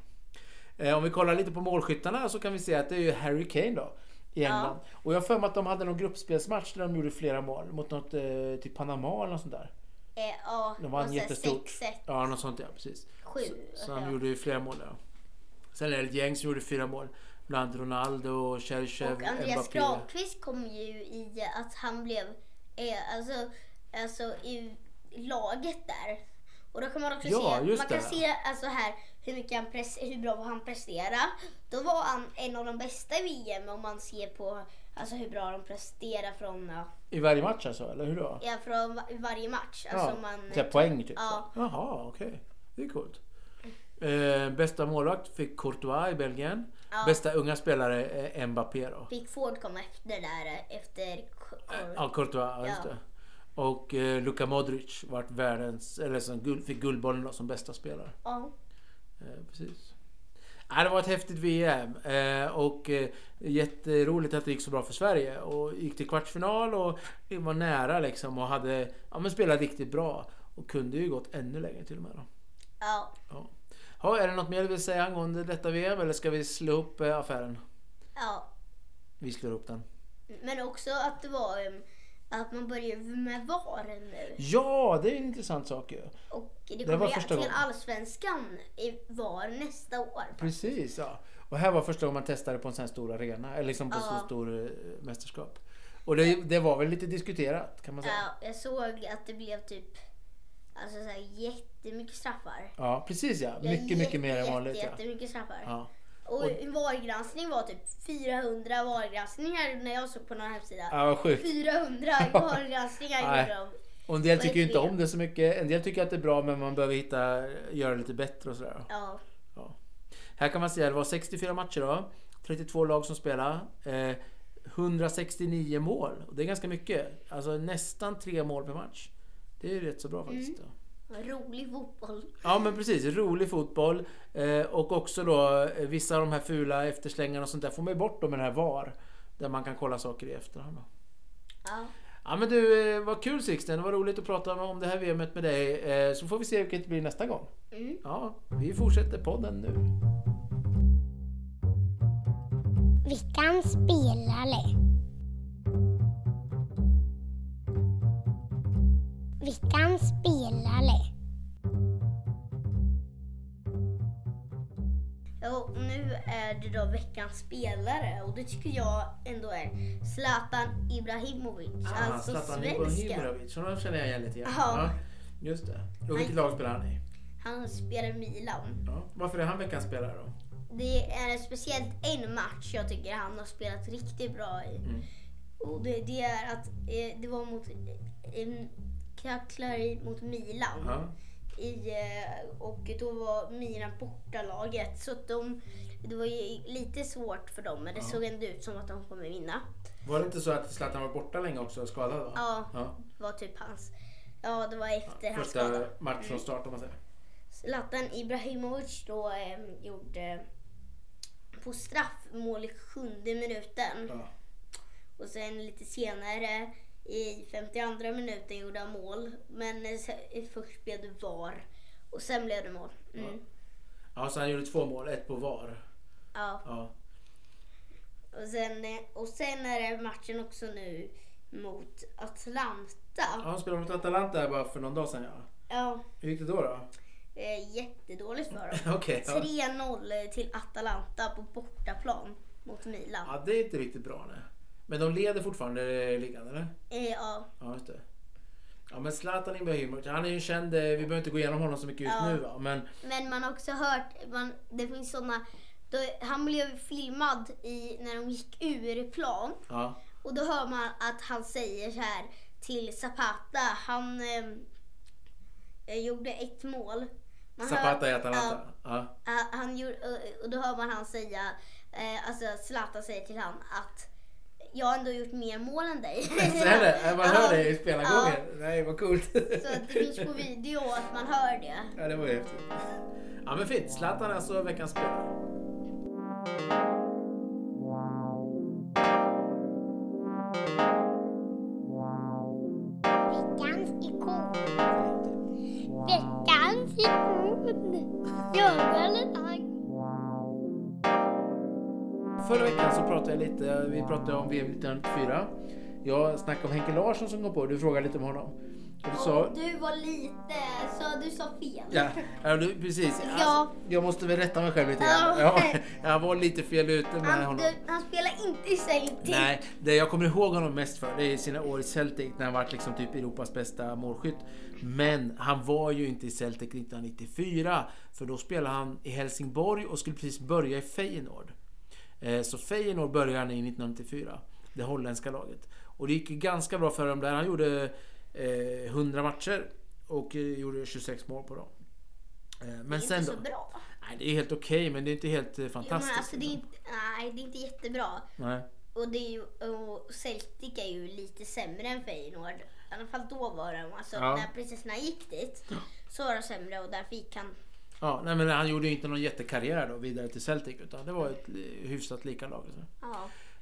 S4: Eh, Om vi kollar lite på målskyttarna så kan vi se att det är ju Harry Kane då. I England. Och jag har för mig att de hade någon gruppspelsmatch där de gjorde flera mål. Mot något, eh, typ Panama eller något sånt där.
S1: Eh, ja,
S4: De vann
S1: och sen
S4: jättestort.
S1: 6-1,
S4: Ja, något sånt ja, precis.
S1: Sju,
S4: Så han
S1: ja.
S4: gjorde ju flera mål ja. Sen är det ett gäng som gjorde fyra mål. Bland annat Ronaldo, Cherchev,
S1: Och Andreas
S4: Mbappé.
S1: Granqvist kom ju i att han blev eh, alltså, alltså i laget där. Och då kan man också
S4: Ja,
S1: se,
S4: just
S1: man kan
S4: det.
S1: se alltså här hur, mycket han press, hur bra han presterade. Då var han en av de bästa i VM om man ser på alltså, hur bra de presterar från, ja,
S4: I varje match alltså, eller hur då?
S1: ja, från va- varje match. Alltså, man,
S4: så här poäng typ.
S1: Ja.
S4: Jaha, okej. Det är coolt. Eh, bästa målvakt fick Courtois i Belgien. Bästa unga spelare eh, Mbappé då.
S1: Fick Ford komma efter där eh, efter Cor-
S4: Ja, Courtois, ja. just
S1: Ja.
S4: det. Och eh, Luka Modric vart världens, eller som guld, fick Guldbollen då, som bästa spelare.
S1: ja.
S4: Eh, precis. Ja, det var ett häftigt VM eh, och eh, jätteroligt att det gick så bra för Sverige. Och gick till kvartsfinal och vi var nära liksom och hade ja, men spelat riktigt bra. Och kunde ju gått ännu längre till och med. Då.
S1: ja.
S4: Ja. Ja, är det något mer du vill säga angående detta VM eller ska vi slå upp eh, affären?
S1: ja.
S4: Vi slår upp den.
S1: Men också att det var em, att man börjar med VAR nu.
S4: Ja, det är en intressant sak ju.
S1: Och det
S4: var
S1: kommer ju
S4: första
S1: till
S4: gången.
S1: Allsvenskan i VAR nästa år.
S4: Precis, ja. Och här var första gången man testade på en sån här stor arena, eller liksom på en
S1: Ja.
S4: så stor eh, mästerskap. Och det, det var väl lite diskuterat kan man säga.
S1: Ja, jag såg att det blev typ alltså, så här, jättemycket straffar.
S4: Ja, precis ja.
S1: Det var
S4: Mycket, mycket mer än
S1: jätte-
S4: vanligt.
S1: jätte-
S4: Ja.
S1: Jättemycket straffar.
S4: Ja.
S1: Och en VAR-granskning var typ 400 VAR-granskningar när jag såg på någon hemsida.
S4: <laughs> ja, vad sjukt.
S1: 400 VAR-granskningar
S4: Nej.
S1: gjorde de.
S4: Och en del tycker ju inte
S1: Verkligen.
S4: om det så mycket. En del tycker att det är bra men man behöver hitta, göra det lite bättre och sådär.
S1: Ja.
S4: Ja. Här kan man säga att det var 64 matcher då. 32 lag som spelade. Eh, 169 mål. Och det är ganska mycket. Alltså nästan tre mål per match. Det är ju rätt så bra faktiskt.
S1: Mm.
S4: Då.
S1: Rolig fotboll.
S4: Ja men precis, rolig fotboll. Eh, och också då eh, vissa av de här fula efterslängarna och sånt där får man ju bort då med den här VAR. Där man kan kolla saker i efterhand. Då.
S1: Ja.
S4: Ja men du, eh, vad kul Sixten. Det var roligt att prata om det här VMet med dig. Eh, Så får vi se vilket det blir nästa gång.
S1: Mm.
S4: Ja, vi fortsätter podden nu.
S6: Veckans spelare. Veckans spelare.
S1: Ja, och nu är det då veckans spelare och det tycker jag ändå är Zlatan Ibrahimovic. alltså svensken.
S4: Ah, Ibrahimovic. Honom känner jag igen lite grann.
S1: Ja.
S4: Ja, just det. Och vilket lag spelar han i?
S1: Han spelar Milan.
S4: Ja. Varför är han veckans spelare då?
S1: Det är speciellt en match jag tycker han har spelat riktigt bra i. Och det, det är att eh, det var mot eh, Kaklari mot Milan.
S4: Ja.
S1: i, eh, och då var Milan bortalaget. Så att de, det var ju lite svårt för dem, men det såg ändå ut som att de kommer vinna.
S4: Var det inte så att Zlatan var borta länge också, skadad va?
S1: Ja. Det var typ hans... Ja, det var efter hans skada. Mm.
S4: Första match från start om man säger.
S1: Zlatan Ibrahimovic då eh, gjorde på straffmål i sjunde minuten.
S4: Ja.
S1: Och sen lite senare i 52 minuten gjorde han mål. Men eh, se- först blev det VAR och sen blev det mål. Mm.
S4: ja, så han gjorde två mål, ett på var.
S1: Ja.
S4: Ja.
S1: Och sen, eh, och sen är det matchen också nu mot
S4: Ja,
S1: Atlanta.
S4: han spelade mot Atalanta här bara för någon dag sedan ja.
S1: Ja,
S4: Hur gick det då då?
S1: eh, jättedåligt för dem.
S4: <laughs> Okej. ja.
S1: 3-0 till Atalanta på bortaplan mot Milan.
S4: Ja, det är inte riktigt bra nej. Men de leder fortfarande ligan eller?
S1: Eh, Ja,
S4: Ja, just det. Ja, men Zlatan Ibrahimovic, han är ju känd. eh, Vi behöver inte gå igenom honom så mycket just
S1: Ja.
S4: nu va. Men
S1: men man har också hört, man, det finns såna, då, han blev filmad i, när de gick ur plan
S4: ja.
S1: och då hör man att han säger så här till Zapata, han eh, eh, gjorde ett mål. Man hör-
S4: Zapata i
S1: Ja.
S4: Atalanta.
S1: <laughs>
S4: Ja.
S1: Eh, han gjorde, eh, och då hör man han säga, eh, alltså Zlatan säger till han att jag har ändå gjort mer mål än dig.
S4: <laughs> Så är det.
S1: <laughs>
S4: Ja, Man hör det i
S1: Ja,
S4: spelargången. Nej, vad coolt.
S1: ja, Så att det finns på video att man hör det.
S4: <laughs> Ja, det var ju häftigt. Ja, men fint. Zlatan är alltså veckans spelare.
S6: Veckans ikon. Veckans ikon. Göran Lang.
S4: Förra veckan så pratade jag lite. eh, Vi pratade om VM 1994. Jag snackade om Henke Larsson som kom på. Du frågade lite om honom. Och du sa...
S1: Och du var lite, så du sa fel.
S4: Ja, ja du, precis.
S1: Ja.
S4: Alltså, jag måste väl rätta mig själv lite grann. Ja, <laughs>
S1: Ja.
S4: jag var lite fel ute med
S1: Han,
S4: honom.
S1: du, han spelar inte i Celtic.
S4: Nej, det jag kommer ihåg honom mest för det är sina år i Celtic när han var liksom typ Europas bästa målskytt. Men han var ju inte i Celtic 1994 för då spelade han i Helsingborg och skulle precis börja i Feyenoord. Eh, Så Feyenoord började han i 1994, det holländska laget. Och det gick ju ganska bra för dem där. Han gjorde eh, 100 matcher och eh, gjorde 26 mål på dem. Eh, Men
S1: det är
S4: sen
S1: inte
S4: då?
S1: så bra.
S4: Nej, det är helt okej, men det är inte helt eh,
S1: Jo, men
S4: fantastiskt.
S1: alltså, det är
S4: liksom.
S1: inte, nej, det är inte jättebra.
S4: Nej.
S1: Och, det är ju, och Celtic är ju lite sämre än Feyenoord. I alla fall då var de, alltså
S4: Ja.
S1: när precis när han gick dit så var de sämre och därför gick han.
S4: Ja, nej men han gjorde ju inte någon jättekarriär då vidare till Celtic utan det var ett eh, hyfsat lika lag. alltså.
S1: Ja.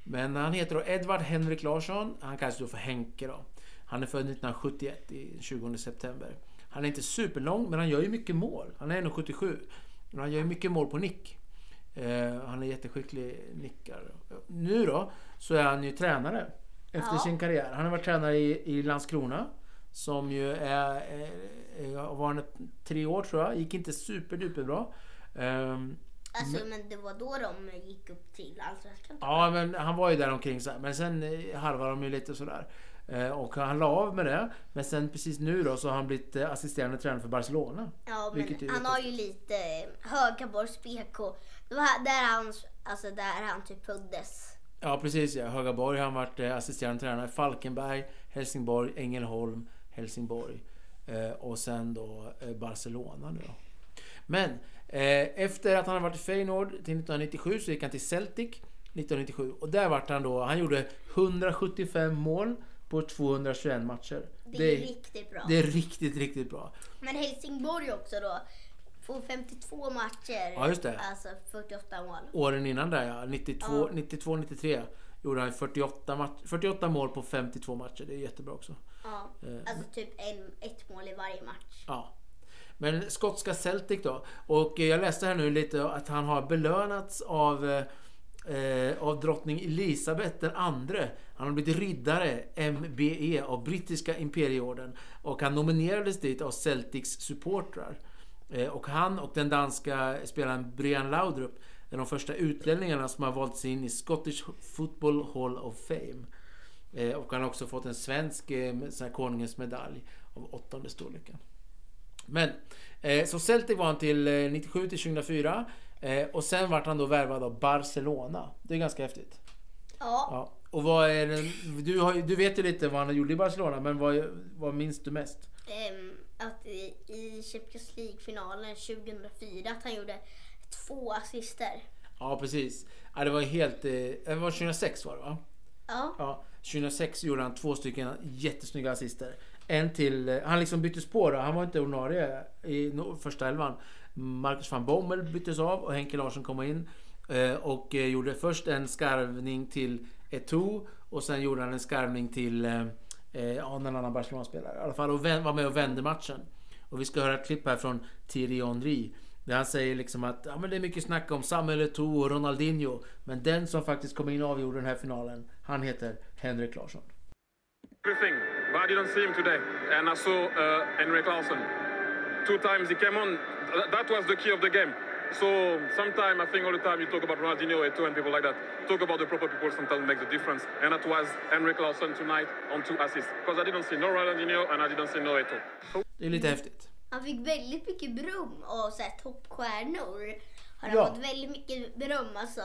S4: Men han heter då Edvard Henrik Larsson. Han kallas då för Henke då. Han är född 1971, i 20 september. Han är inte superlång men han gör ju mycket mål. Han är 1,77. Men han gör ju mycket mål på nick. Eh, han är jätteskicklig nickare. Nu då så är han ju tränare efter
S1: Ja.
S4: sin karriär. Han har varit tränare i, i Landskrona. Som ju är, eh, eh, var han tre år tror jag. Gick inte superduperbra. Ehm,
S1: Alltså, men det var då de gick upp till Allsvenskan.
S4: Ja, men han var ju där omkring så här. Men sen eh, harvade de ju lite sådär. Eh, Och han la av med det. Men sen precis nu då så har han blivit eh, assisterande tränare för Barcelona.
S1: Ja,
S4: Vilket är
S1: men han har ju lite Högaborgs BK. Det var där han, alltså där han typ föddes.
S4: Ja, precis ja. Högaborg har han varit eh, assisterande tränare. Falkenberg, Helsingborg, Ängelholm, Helsingborg eh, och sen då eh, Barcelona nu då. Men eh, efter att han hade varit i Feyenoord till 1997 så gick han till Celtic 1997 och där vart han då, han gjorde 175 mål på 221 matcher.
S1: Det är riktigt bra.
S4: Det är riktigt, riktigt bra.
S1: Men Helsingborg också då. På 52 matcher.
S4: Ja, just det.
S1: Alltså 48 mål.
S4: Åren innan där ja, 92, 92 93 gjorde han 48, match, 48 mål på 52 matcher. Det är jättebra också.
S1: Ja.
S4: Eh.
S1: Alltså typ en, ett mål i varje match.
S4: Ja. Men skotska Celtic då. Och eh, jag läste här nu lite att han har belönats av, eh, eh, av drottning Elisabeth den andre. Han har blivit riddare, MBE, av brittiska imperieorden. Och han nominerades dit av Celtics supportrar. Eh, och han och den danska spelaren Brian Laudrup är de första utlänningarna som har valts in i Scottish Football Hall of Fame. Eh, och han har också fått en svensk eh, sån här konungens medalj av åttonde storleken. Men eh, så Celtic var han till eh, 97 till 2004 eh, och sen vart han då värvad av Barcelona. Det är ganska häftigt.
S1: Ja.
S4: Ja. Och vad är den, du, har, ju- du vet ju lite vad han gjorde i Barcelona, men vad, vad minns du mest?
S1: ehm, att i, i Champions League-finalen 2004 att han gjorde två assister.
S4: Ja, precis. Ja, det var helt... Eh, det var 2006 var det va?
S1: Ja.
S4: Ja, 2006 gjorde han två stycken jättesnygga assister. En till, eh, han liksom bytte spår då. Han var inte ordinarie i no- första elvan. Marcus van Bommel byttes av och Henke Larsson kom in. eh, Och eh, gjorde först en skarvning till Eto'o och sen gjorde han en skarvning till eh, eh, ja, någon annan Barcelona-spelare. I alla fall och vän- var med och vände matchen. Och vi ska höra ett klipp här från Thierry Henry. Där han säger liksom att ja, men det är mycket snack om Samuel Eto'o och Ronaldinho. Men den som faktiskt kom in och avgjorde den här finalen, han heter Henrik Larsson.
S7: everything, but I didn't see him today. And I saw uh, Henrik Larsson. Two times he came on. Th- That was the key of the game. So sometimes I think all the time you talk about Ronaldinho, Eto'o, and people like that. Talk about the proper people sometimes makes a difference. And that was Henrik Larsson tonight on two assists. Because I didn't see no Ronaldinho and I didn't see no Eto'o.
S4: Det är lite häftigt.
S1: Han fick väldigt mycket beröm av så här, toppstjärnor. Har han
S4: Ja.
S1: fått väldigt mycket beröm alltså.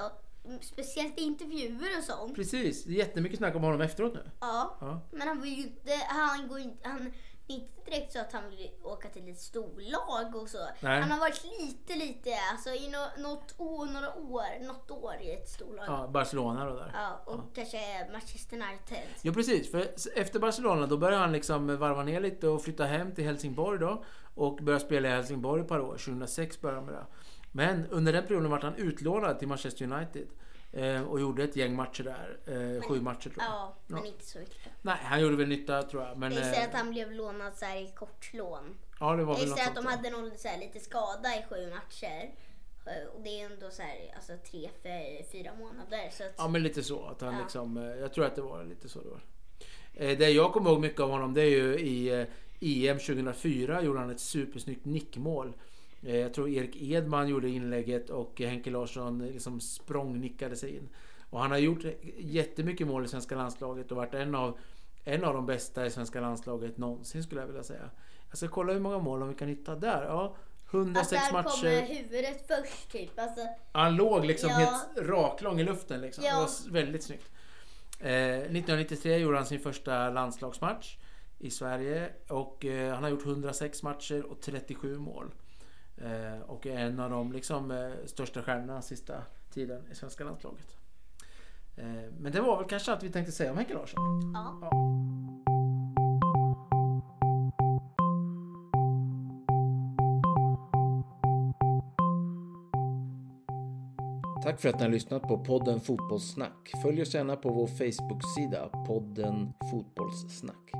S1: Mm, Speciellt i intervjuer och sånt.
S4: Precis, det är jättemycket snack om honom efteråt nu.
S1: Ja.
S4: Ja.
S1: Men han var ju inte, han går inte, han det är inte direkt så att han vill åka till ett storlag och så.
S4: Nej.
S1: Han har varit lite, lite, alltså i no, något år, några år, något år i ett storlag. Ja.
S4: Ja, Barcelona då där.
S1: och kanske Manchester United.
S4: Ja precis, för efter Barcelona då började han liksom varva ner lite och flytta hem till Helsingborg då. Och började spela i Helsingborg ett par år, 2006 började han med det. Men under den perioden var han utlånad till Manchester United. Eh, och gjorde ett gäng matcher där. Eh, sju matcher tror jag.
S1: Ja, men inte så mycket.
S4: Nej, han gjorde väl nytta tror jag. Men,
S1: Jag gissar
S4: eh,
S1: att han blev lånad så här i kortlån.
S4: ja, det
S1: Jag
S4: var väl något
S1: gissar att
S4: sånt
S1: de
S4: där.
S1: hade någon så här, lite skada i sju matcher. Eh, Och det är ändå så här, alltså tre, för fyra månader. Så att,
S4: Ja men lite så. Att han liksom, eh, jag tror att det var lite så det var. Eh, Det jag kommer ihåg mycket av honom det är ju i eh, EM 2004 gjorde han ett supersnyggt nickmål. Eh, Jag tror Erik Edman gjorde inlägget och Henke Larsson eh, liksom språngnickade sig in. Och han har gjort jättemycket mål i svenska landslaget och varit en av, en av de bästa i svenska landslaget någonsin skulle jag vilja säga. Jag ska kolla hur många mål om vi kan hitta där. Ja, 106
S1: alltså, här kommer
S4: matcher.
S1: huvudet först typ. Alltså,
S4: Han låg liksom
S1: Ja.
S4: helt raklång i luften. Liksom. Det
S1: Ja.
S4: var s- väldigt snyggt. Eh, 1993 gjorde han sin första landslagsmatch i Sverige. Och eh, han har gjort 106 matcher och 37 mål. Eh, och är en av de liksom, eh, största stjärnorna sista tiden i svenska landslaget. Eh, men det var väl kanske allt vi tänkte säga om Henke Larsson.
S1: ja.
S4: Tack för att ni har lyssnat på podden Fotbollssnack. Följ oss gärna på vår Facebook-sida podden Fotbollssnack.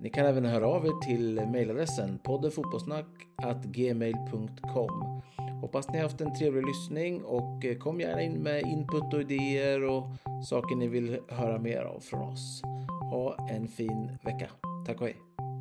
S4: Ni kan även höra av er till mejladressen poddenfotbollssnack.gmail.com. Hoppas ni har haft en trevlig lyssning och eh, kom gärna in med input och idéer och saker ni vill höra mer av från oss. Ha en fin vecka. Tack och hej!